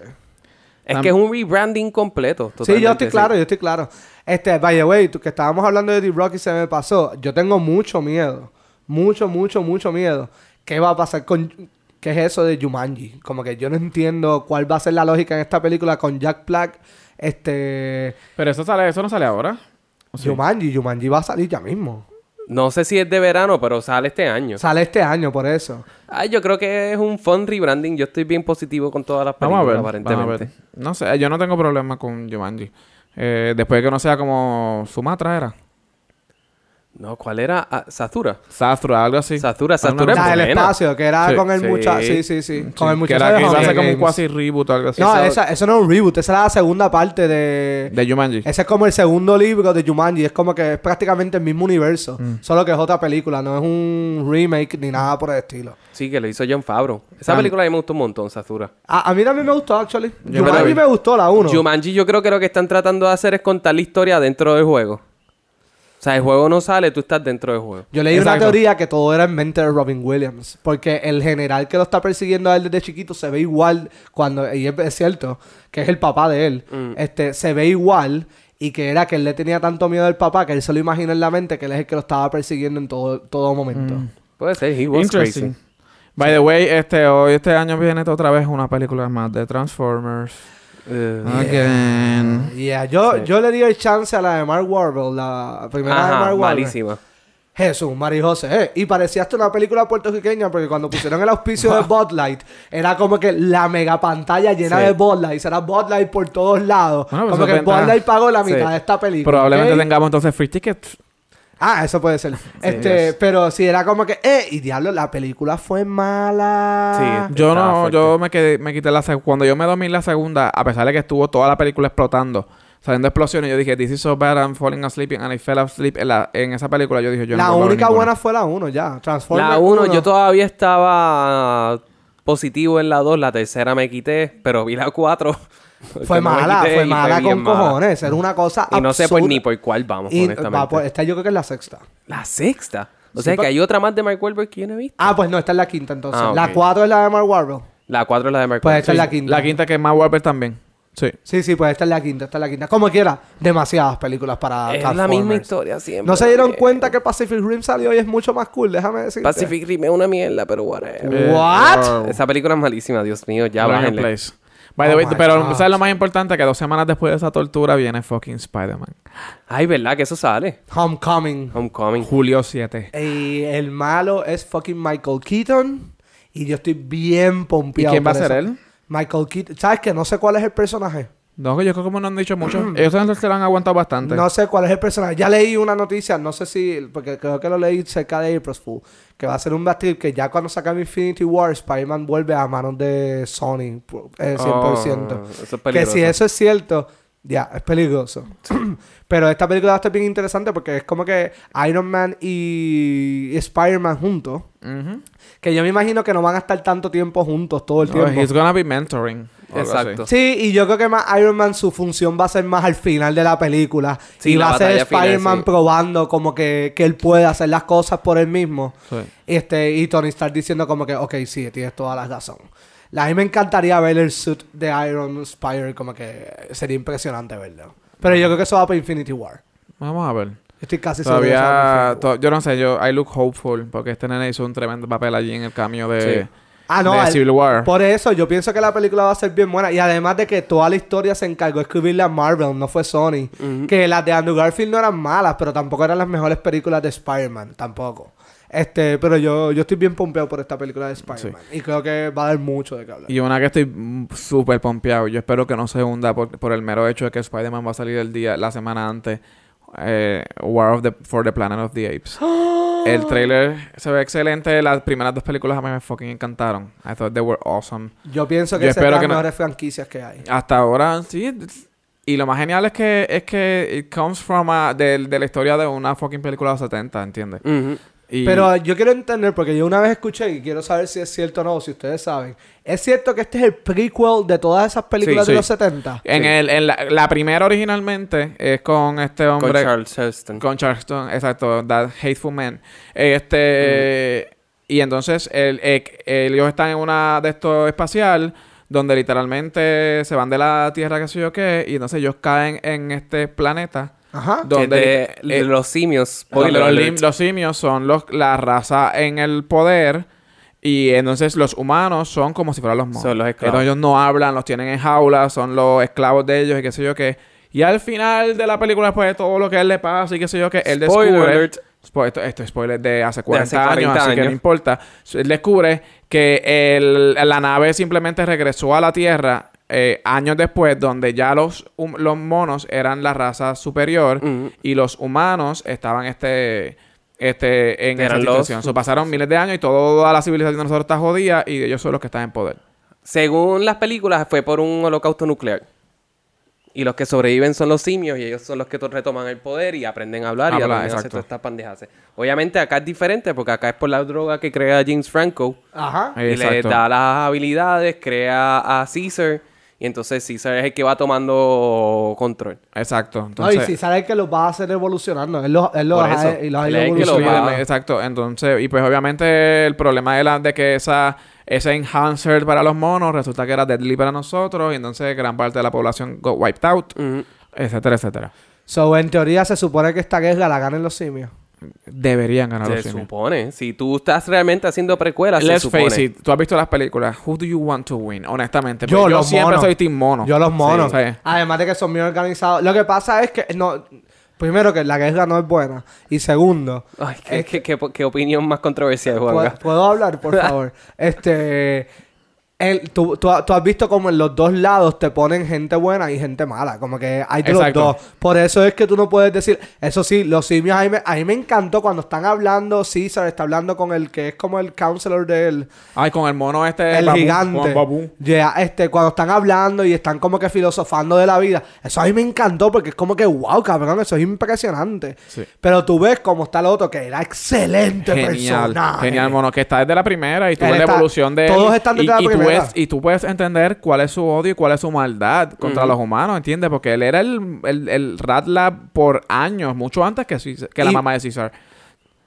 Speaker 4: es que es un rebranding completo.
Speaker 3: sí,
Speaker 4: totalmente,
Speaker 3: yo estoy claro, yo estoy claro. Este, by the way, tú, que estábamos hablando de The Rock y se me pasó, yo tengo mucho miedo. Mucho, mucho, mucho miedo. ¿Qué va a pasar con... ¿Qué es eso de Jumanji? Como que yo no entiendo cuál va a ser la lógica en esta película con Jack Black Este.
Speaker 2: Pero eso sale, eso no sale ahora.
Speaker 4: Oh,
Speaker 2: ¿O sí?
Speaker 3: Jumanji, Jumanji va a salir ya mismo.
Speaker 4: No sé si es de verano, pero sale este año.
Speaker 3: Sale este año, por eso.
Speaker 4: Ay, yo creo que es un fun rebranding. Yo estoy bien positivo con todas las
Speaker 2: Vamos
Speaker 4: películas,
Speaker 2: a ver.
Speaker 4: aparentemente.
Speaker 2: vamos a ver. No sé, yo no tengo problema con Jumanji. Eh, después de que no sea como Sumatra era.
Speaker 4: No, ¿cuál era? Ah, Satura.
Speaker 2: Sazura, algo así.
Speaker 4: Satura, Satura.
Speaker 2: Alguna
Speaker 4: Pero
Speaker 3: Ah,
Speaker 2: cosa.
Speaker 4: es
Speaker 3: el
Speaker 4: buena.
Speaker 3: espacio, que era
Speaker 2: Pues, Sí,
Speaker 3: con el
Speaker 4: sí.
Speaker 3: muchacho. Sí, sí, sí. Con el
Speaker 2: Sí,
Speaker 3: muchacho.
Speaker 2: que era
Speaker 3: de
Speaker 2: que iba a
Speaker 3: Hunger
Speaker 2: ser como un
Speaker 3: Games.
Speaker 2: quasi reboot o algo así.
Speaker 3: No,
Speaker 2: Eso-
Speaker 3: esa, eso no es un reboot, esa era la segunda parte de.
Speaker 2: De Jumanji.
Speaker 3: Ese es como el segundo libro de Jumanji, es como que es prácticamente el mismo universo, solo que es otra película, no es un remake ni nada por el estilo.
Speaker 4: Sí, que lo hizo John Favreau. Esa
Speaker 2: Ah.
Speaker 4: película a mí me gustó un montón, Satura.
Speaker 3: A, a mí también me gustó, actually.
Speaker 2: Yo me la
Speaker 3: Jumanji
Speaker 2: vi.
Speaker 3: me gustó la 1.
Speaker 4: Jumanji yo creo que lo que están tratando de hacer es contar la historia dentro del juego. O sea, el juego no sale, tú estás dentro del juego.
Speaker 3: Yo leí
Speaker 2: Exacto.
Speaker 3: una teoría que todo era en mente de Robin Williams. Porque el general que lo está persiguiendo a él desde chiquito se ve igual cuando, y es, es cierto, que es el papá de él.
Speaker 4: Mm.
Speaker 3: Este, se ve igual y que era que él le tenía tanto miedo al papá que él se lo imagina en la mente que él es el que lo estaba persiguiendo en todo, todo momento.
Speaker 4: Puede ser, he was
Speaker 2: Interesting.
Speaker 4: crazy.
Speaker 2: By the way, este, hoy este año viene otra vez una película más de Transformers.
Speaker 4: Eh,
Speaker 2: Again.
Speaker 3: Yeah, yo, yo le di el chance a la de Mark Warble, la primera de
Speaker 4: Ajá,
Speaker 3: Mark Warble.
Speaker 4: malísima.
Speaker 3: Jesús, Mari José. eh. Y parecía hasta una película puertorriqueña porque cuando pusieron el auspicio de Bud Light, era como que la mega pantalla llena
Speaker 4: Sí.
Speaker 3: de Bud Light. Era Bud Light por todos lados.
Speaker 2: Bueno, pues
Speaker 3: como
Speaker 2: eso
Speaker 3: que
Speaker 2: es ventaja.
Speaker 3: Bud Light pagó la mitad
Speaker 4: Sí.
Speaker 3: de esta película.
Speaker 2: Probablemente
Speaker 3: ¿ok?
Speaker 2: tengamos entonces free tickets.
Speaker 3: Ah, eso puede ser. este,
Speaker 2: yes.
Speaker 3: Pero sí, era como que, eh, y diablo, la película fue mala.
Speaker 4: Sí.
Speaker 2: Yo
Speaker 4: Estaba
Speaker 2: no,
Speaker 4: fuerte.
Speaker 2: yo me quedé, me quité la segunda. Cuando yo me dormí la segunda, a pesar de que estuvo toda la película explotando, saliendo explosiones, yo dije, This is so bad, I'm falling asleep, and I fell asleep en, la- en esa película. Yo dije, yo
Speaker 3: la
Speaker 2: no vuelvo a ver
Speaker 3: única
Speaker 2: ninguna.
Speaker 3: buena fue la 1 ya. Transformers
Speaker 4: La 1
Speaker 3: uno.
Speaker 4: yo todavía estaba positivo en la 2, la tercera me quité, pero vi la 4.
Speaker 3: Fue mala, fue mala con cojones. Era una cosa
Speaker 4: Y no sé por,
Speaker 3: absurda.
Speaker 4: ni por cuál vamos,
Speaker 3: Y,
Speaker 4: honestamente.
Speaker 3: va, pues, esta yo creo que es la sexta.
Speaker 4: La sexta. O
Speaker 3: Sí, pues.
Speaker 4: sea
Speaker 3: pa-
Speaker 4: que hay otra más de Mark Wahlberg que yo no he visto.
Speaker 3: Ah, pues no, esta es la quinta entonces.
Speaker 4: Ah,
Speaker 3: La
Speaker 4: ok.
Speaker 3: 4 es la de Mark Warble.
Speaker 4: La 4 es la de Mark
Speaker 3: Pues
Speaker 4: Wahlberg.
Speaker 3: esta es la quinta.
Speaker 2: La quinta que es más Warper también. Sí.
Speaker 3: Sí, sí, pues esta es la quinta, esta es la quinta. Como quiera, demasiadas películas para
Speaker 4: Es la
Speaker 3: Transformers.
Speaker 4: misma historia siempre.
Speaker 3: ¿No se dieron
Speaker 4: Eh,
Speaker 3: cuenta que Pacific Rim salió y es mucho más cool? Déjame decirte.
Speaker 4: Pacific Rim es una mierda, pero whatever.
Speaker 2: Eh,
Speaker 3: What?
Speaker 4: Esa película es malísima, Dios mío. Ya
Speaker 2: Brian
Speaker 4: bájenle.
Speaker 2: Place. By the
Speaker 3: Oh
Speaker 2: way,
Speaker 3: my
Speaker 2: pero
Speaker 3: God.
Speaker 2: ¿sabes lo más importante? Que dos semanas después de esa tortura viene fucking Spider-Man.
Speaker 4: Ay, ¿verdad? Que eso sale.
Speaker 3: Homecoming.
Speaker 4: Homecoming.
Speaker 2: Julio 7.
Speaker 3: Y el malo es fucking Michael Keaton. Y yo estoy bien
Speaker 2: ¿Y
Speaker 3: pompeado.
Speaker 2: quién va a
Speaker 3: por
Speaker 2: ser
Speaker 3: eso.
Speaker 2: él?
Speaker 3: Michael Keaton. ¿Sabes que No sé cuál es el personaje.
Speaker 2: No, que yo creo que como no han dicho mucho. Ellos son los que lo han aguantado bastante.
Speaker 3: No sé cuál es el personaje. Ya leí una noticia, no sé si, porque creo que lo leí cerca de April Fool, que va a ser un batir que ya cuando sacan Infinity War, Spider-Man vuelve a manos de Sony, pu- eh, 100%.
Speaker 4: Oh, eso es
Speaker 3: que
Speaker 4: peligroso.
Speaker 3: si eso es cierto, ya, es peligroso. Pero esta película va a estar bien interesante porque es como que Iron Man y Spider-Man juntos.
Speaker 2: Ujú.
Speaker 3: Que yo me imagino que no van a estar tanto tiempo juntos todo el
Speaker 2: No,
Speaker 3: tiempo.
Speaker 2: Oh, he's gonna be mentoring. o algo así.
Speaker 4: Exacto.
Speaker 3: Sí, y yo creo que más Iron Man su función va a ser más al final de la película.
Speaker 4: Sí,
Speaker 3: y
Speaker 4: la
Speaker 3: va a ser
Speaker 4: batalla final,
Speaker 3: Spider-Man
Speaker 4: sí.
Speaker 3: probando como que, que él puede hacer las cosas por él mismo.
Speaker 2: Sí.
Speaker 3: Este, y Tony Stark diciendo como que, ok, sí, tienes toda la razón. La- A mí me encantaría ver el suit de Iron Spider, como que sería impresionante verlo. Pero yo creo que eso va para Infinity War.
Speaker 2: Vamos a ver.
Speaker 3: Estoy casi seguro que eso va para
Speaker 2: Todavía,
Speaker 3: Infinity War.
Speaker 2: to- yo no sé, yo I look hopeful porque este nene hizo un tremendo papel allí en el cambio de,
Speaker 4: Sí.
Speaker 3: Ah, no,
Speaker 2: de
Speaker 3: al-
Speaker 2: Civil War.
Speaker 3: Por eso yo pienso que la película va a ser bien buena. Y además de que toda la historia se encargó de escribirla Marvel, no fue Sony. Que las de Andrew Garfield no eran malas, pero tampoco eran las mejores películas de Spider-Man, tampoco. Este, pero yo, yo estoy bien pompeado por esta película de Spider-Man. Y creo que va a dar mucho de qué hablar.
Speaker 2: Y una que estoy mm, súper pompeado. Yo espero que no se hunda por, por el mero hecho de que Spider-Man va a salir el día, la semana antes. eh, War of the, for the Planet of the Apes. El trailer se ve excelente. Las primeras dos películas a mí me fucking encantaron. I thought they were awesome.
Speaker 3: Yo pienso que
Speaker 2: Yo
Speaker 3: esa es
Speaker 2: espero
Speaker 3: de las
Speaker 2: que no-
Speaker 3: mejores franquicias que hay.
Speaker 2: Hasta ahora, sí. Y lo más genial es que es que it comes from a- del- de, la historia de una fucking película de los 70, ¿entiendes?
Speaker 4: Ujú.
Speaker 2: Y-
Speaker 3: Pero yo quiero entender, porque yo una vez escuché y quiero saber si es cierto o no, si ustedes saben. ¿Es cierto que este es el prequel de todas esas películas
Speaker 2: Sí, Eh, sí.
Speaker 3: de los 70?
Speaker 2: En
Speaker 4: Sí.
Speaker 2: el, en la, la primera originalmente es con este
Speaker 4: Con
Speaker 2: hombre.
Speaker 4: Charles Heston.
Speaker 2: Con Charleston, exacto. That Hateful Man. Este.
Speaker 4: Mm.
Speaker 2: Y entonces el, el- ellos están en una de estos espacial donde literalmente se van de la Tierra, que sé yo qué, y entonces ellos caen en este planeta
Speaker 3: Ajá.
Speaker 4: Que
Speaker 2: donde
Speaker 4: de-
Speaker 2: li- eh,
Speaker 4: de los simios.
Speaker 2: donde
Speaker 4: spoiler
Speaker 2: los,
Speaker 4: alert.
Speaker 2: lim- los simios son los, la raza en el poder Y entonces los humanos son como si fueran los monos.
Speaker 4: Son los esclavos.
Speaker 2: Entonces, ellos no hablan, los tienen en jaulas, son los esclavos de ellos y qué sé yo qué. Y al final de la película, después de todo lo que él le pasa y qué sé yo qué, él descubre...
Speaker 4: Spoiler alert.
Speaker 2: Spo- esto, esto es spoiler de hace 40,
Speaker 4: hace
Speaker 2: años,
Speaker 4: 40
Speaker 2: así que no
Speaker 4: años.
Speaker 2: importa. So, Él descubre que el- la nave simplemente regresó a la Tierra eh, años después, donde ya los, hum- los monos eran la raza superior
Speaker 4: Mm.
Speaker 2: y los humanos estaban este, este, en
Speaker 4: Que
Speaker 2: esa
Speaker 4: eran los-
Speaker 2: situación. So, pasaron miles de años y toda la civilización de nosotros está jodida y ellos son los que están en poder.
Speaker 4: Según las películas, fue por un holocausto nuclear. Y los que sobreviven son los simios y ellos son los que to- retoman el poder y aprenden a hablar y
Speaker 2: Habla,
Speaker 4: aprenden a
Speaker 2: exacto.
Speaker 4: hacer todas estas pendejas. Obviamente acá es diferente porque acá es por la droga que crea James Franco
Speaker 3: Ajá.
Speaker 2: Eh,
Speaker 4: y le
Speaker 2: exacto.
Speaker 4: da las habilidades, crea a Caesar y entonces Caesar es el que va tomando control.
Speaker 2: Exacto.
Speaker 3: No,
Speaker 2: Entonces,
Speaker 3: y si sabe que los va a hacer evolucionando. Él los, él los
Speaker 4: Por
Speaker 3: ha-
Speaker 4: eso.
Speaker 3: y los ha
Speaker 4: Él
Speaker 3: ido
Speaker 4: es el que lo
Speaker 2: Sí,
Speaker 3: evolucionando.
Speaker 4: va-
Speaker 2: me- exacto. Entonces, y pues obviamente el problema de, la, de que esa, ese enhancer para los monos resulta que era deadly para nosotros. Y entonces gran parte de la población got wiped out,
Speaker 4: Ujú.
Speaker 2: etcétera, etcétera.
Speaker 3: So, en teoría se supone que esta guerra la ganan los simios.
Speaker 2: Deberían ganar
Speaker 4: Se
Speaker 2: los simios.
Speaker 4: supone. Si tú estás realmente haciendo precuelas, se
Speaker 2: Let's
Speaker 4: supone.
Speaker 2: face it, tú has visto las películas. Who do you want to win? Honestamente,
Speaker 3: Yo,
Speaker 2: porque Pues yo
Speaker 3: los
Speaker 2: siempre
Speaker 3: monos.
Speaker 2: soy team mono.
Speaker 3: Yo los monos.
Speaker 2: Sí, sí.
Speaker 3: Además de que son bien organizados. Lo que pasa es que no. Primero que la guerra no es buena. Y segundo.
Speaker 4: Ay, qué,
Speaker 3: es-
Speaker 4: qué- qué- qué opinión más controversial, Juanga.
Speaker 3: ¿Puedo, puedo hablar, por favor? este. el- tú, tú ha- tú has visto como en los dos lados te ponen gente buena y gente mala. Como que hay de
Speaker 2: Exacto.
Speaker 3: los dos. Por eso es que tú no puedes decir. Eso sí, los simios. A mí, me, a mí me encantó cuando están hablando. César está hablando con el que es como el counselor del.
Speaker 2: Ay, con el mono este.
Speaker 3: El
Speaker 2: babú,
Speaker 3: gigante.
Speaker 2: Juan Babú.
Speaker 3: Yeah, este, cuando están hablando y están como que filosofando de la vida. Eso a mí me encantó porque es como que, wow, cabrón, eso es impresionante.
Speaker 2: Sí.
Speaker 3: Pero tú ves cómo está el otro, que era excelente
Speaker 2: Genial,
Speaker 3: personaje.
Speaker 2: genial, mono, que está desde la primera y tú
Speaker 3: Él
Speaker 2: ves la
Speaker 3: está-
Speaker 2: evolución de él,
Speaker 3: todos están
Speaker 2: y,
Speaker 3: desde la
Speaker 2: y tú
Speaker 3: primera.
Speaker 2: ves- y tú puedes entender cuál es su odio y cuál es su maldad contra los humanos, ¿entiendes? Porque él era el, el, el Rat Lab por años, mucho antes que, Cis- que la
Speaker 3: Y-
Speaker 2: mamá de César.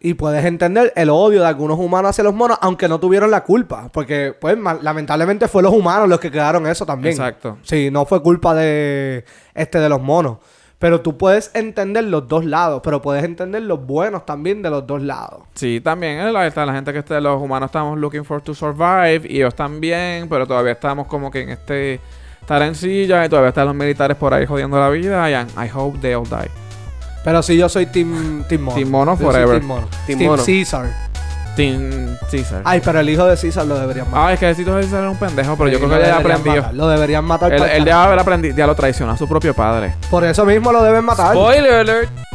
Speaker 3: Y puedes entender el odio de algunos humanos hacia los monos, aunque no tuvieron la culpa. Porque, pues, mal- lamentablemente fue los humanos los que crearon eso también.
Speaker 2: Exacto.
Speaker 3: Sí, no fue culpa de este de los monos. Pero tú puedes entender los dos lados, pero puedes entender los buenos también de los dos lados.
Speaker 2: Sí, también eh, la, está la gente que está, los humanos estamos looking for to survive y ellos también, pero todavía estamos como que en este estar en silla y todavía están los militares por ahí jodiendo la vida y I- I hope they all die.
Speaker 3: Pero si yo soy Team, team Mono.
Speaker 2: Team Mono
Speaker 3: Yo soy
Speaker 2: forever.
Speaker 3: Team Mono.
Speaker 4: Team
Speaker 3: Team,
Speaker 4: Mono.
Speaker 3: Caesar.
Speaker 2: Team César.
Speaker 3: Ay, pero el hijo de Caesar lo deberían matar.
Speaker 2: Ah, es que César era un pendejo, pero yo
Speaker 3: Sí,
Speaker 2: creo
Speaker 3: lo
Speaker 2: que ya
Speaker 3: deberían
Speaker 2: aprendió.
Speaker 3: matar, Lo deberían matar.
Speaker 2: Él, él
Speaker 3: pa'l carajo.
Speaker 2: debe haber aprendido, ya lo traicionó a su propio padre.
Speaker 3: Por eso mismo lo deben matar.
Speaker 4: Spoiler alert.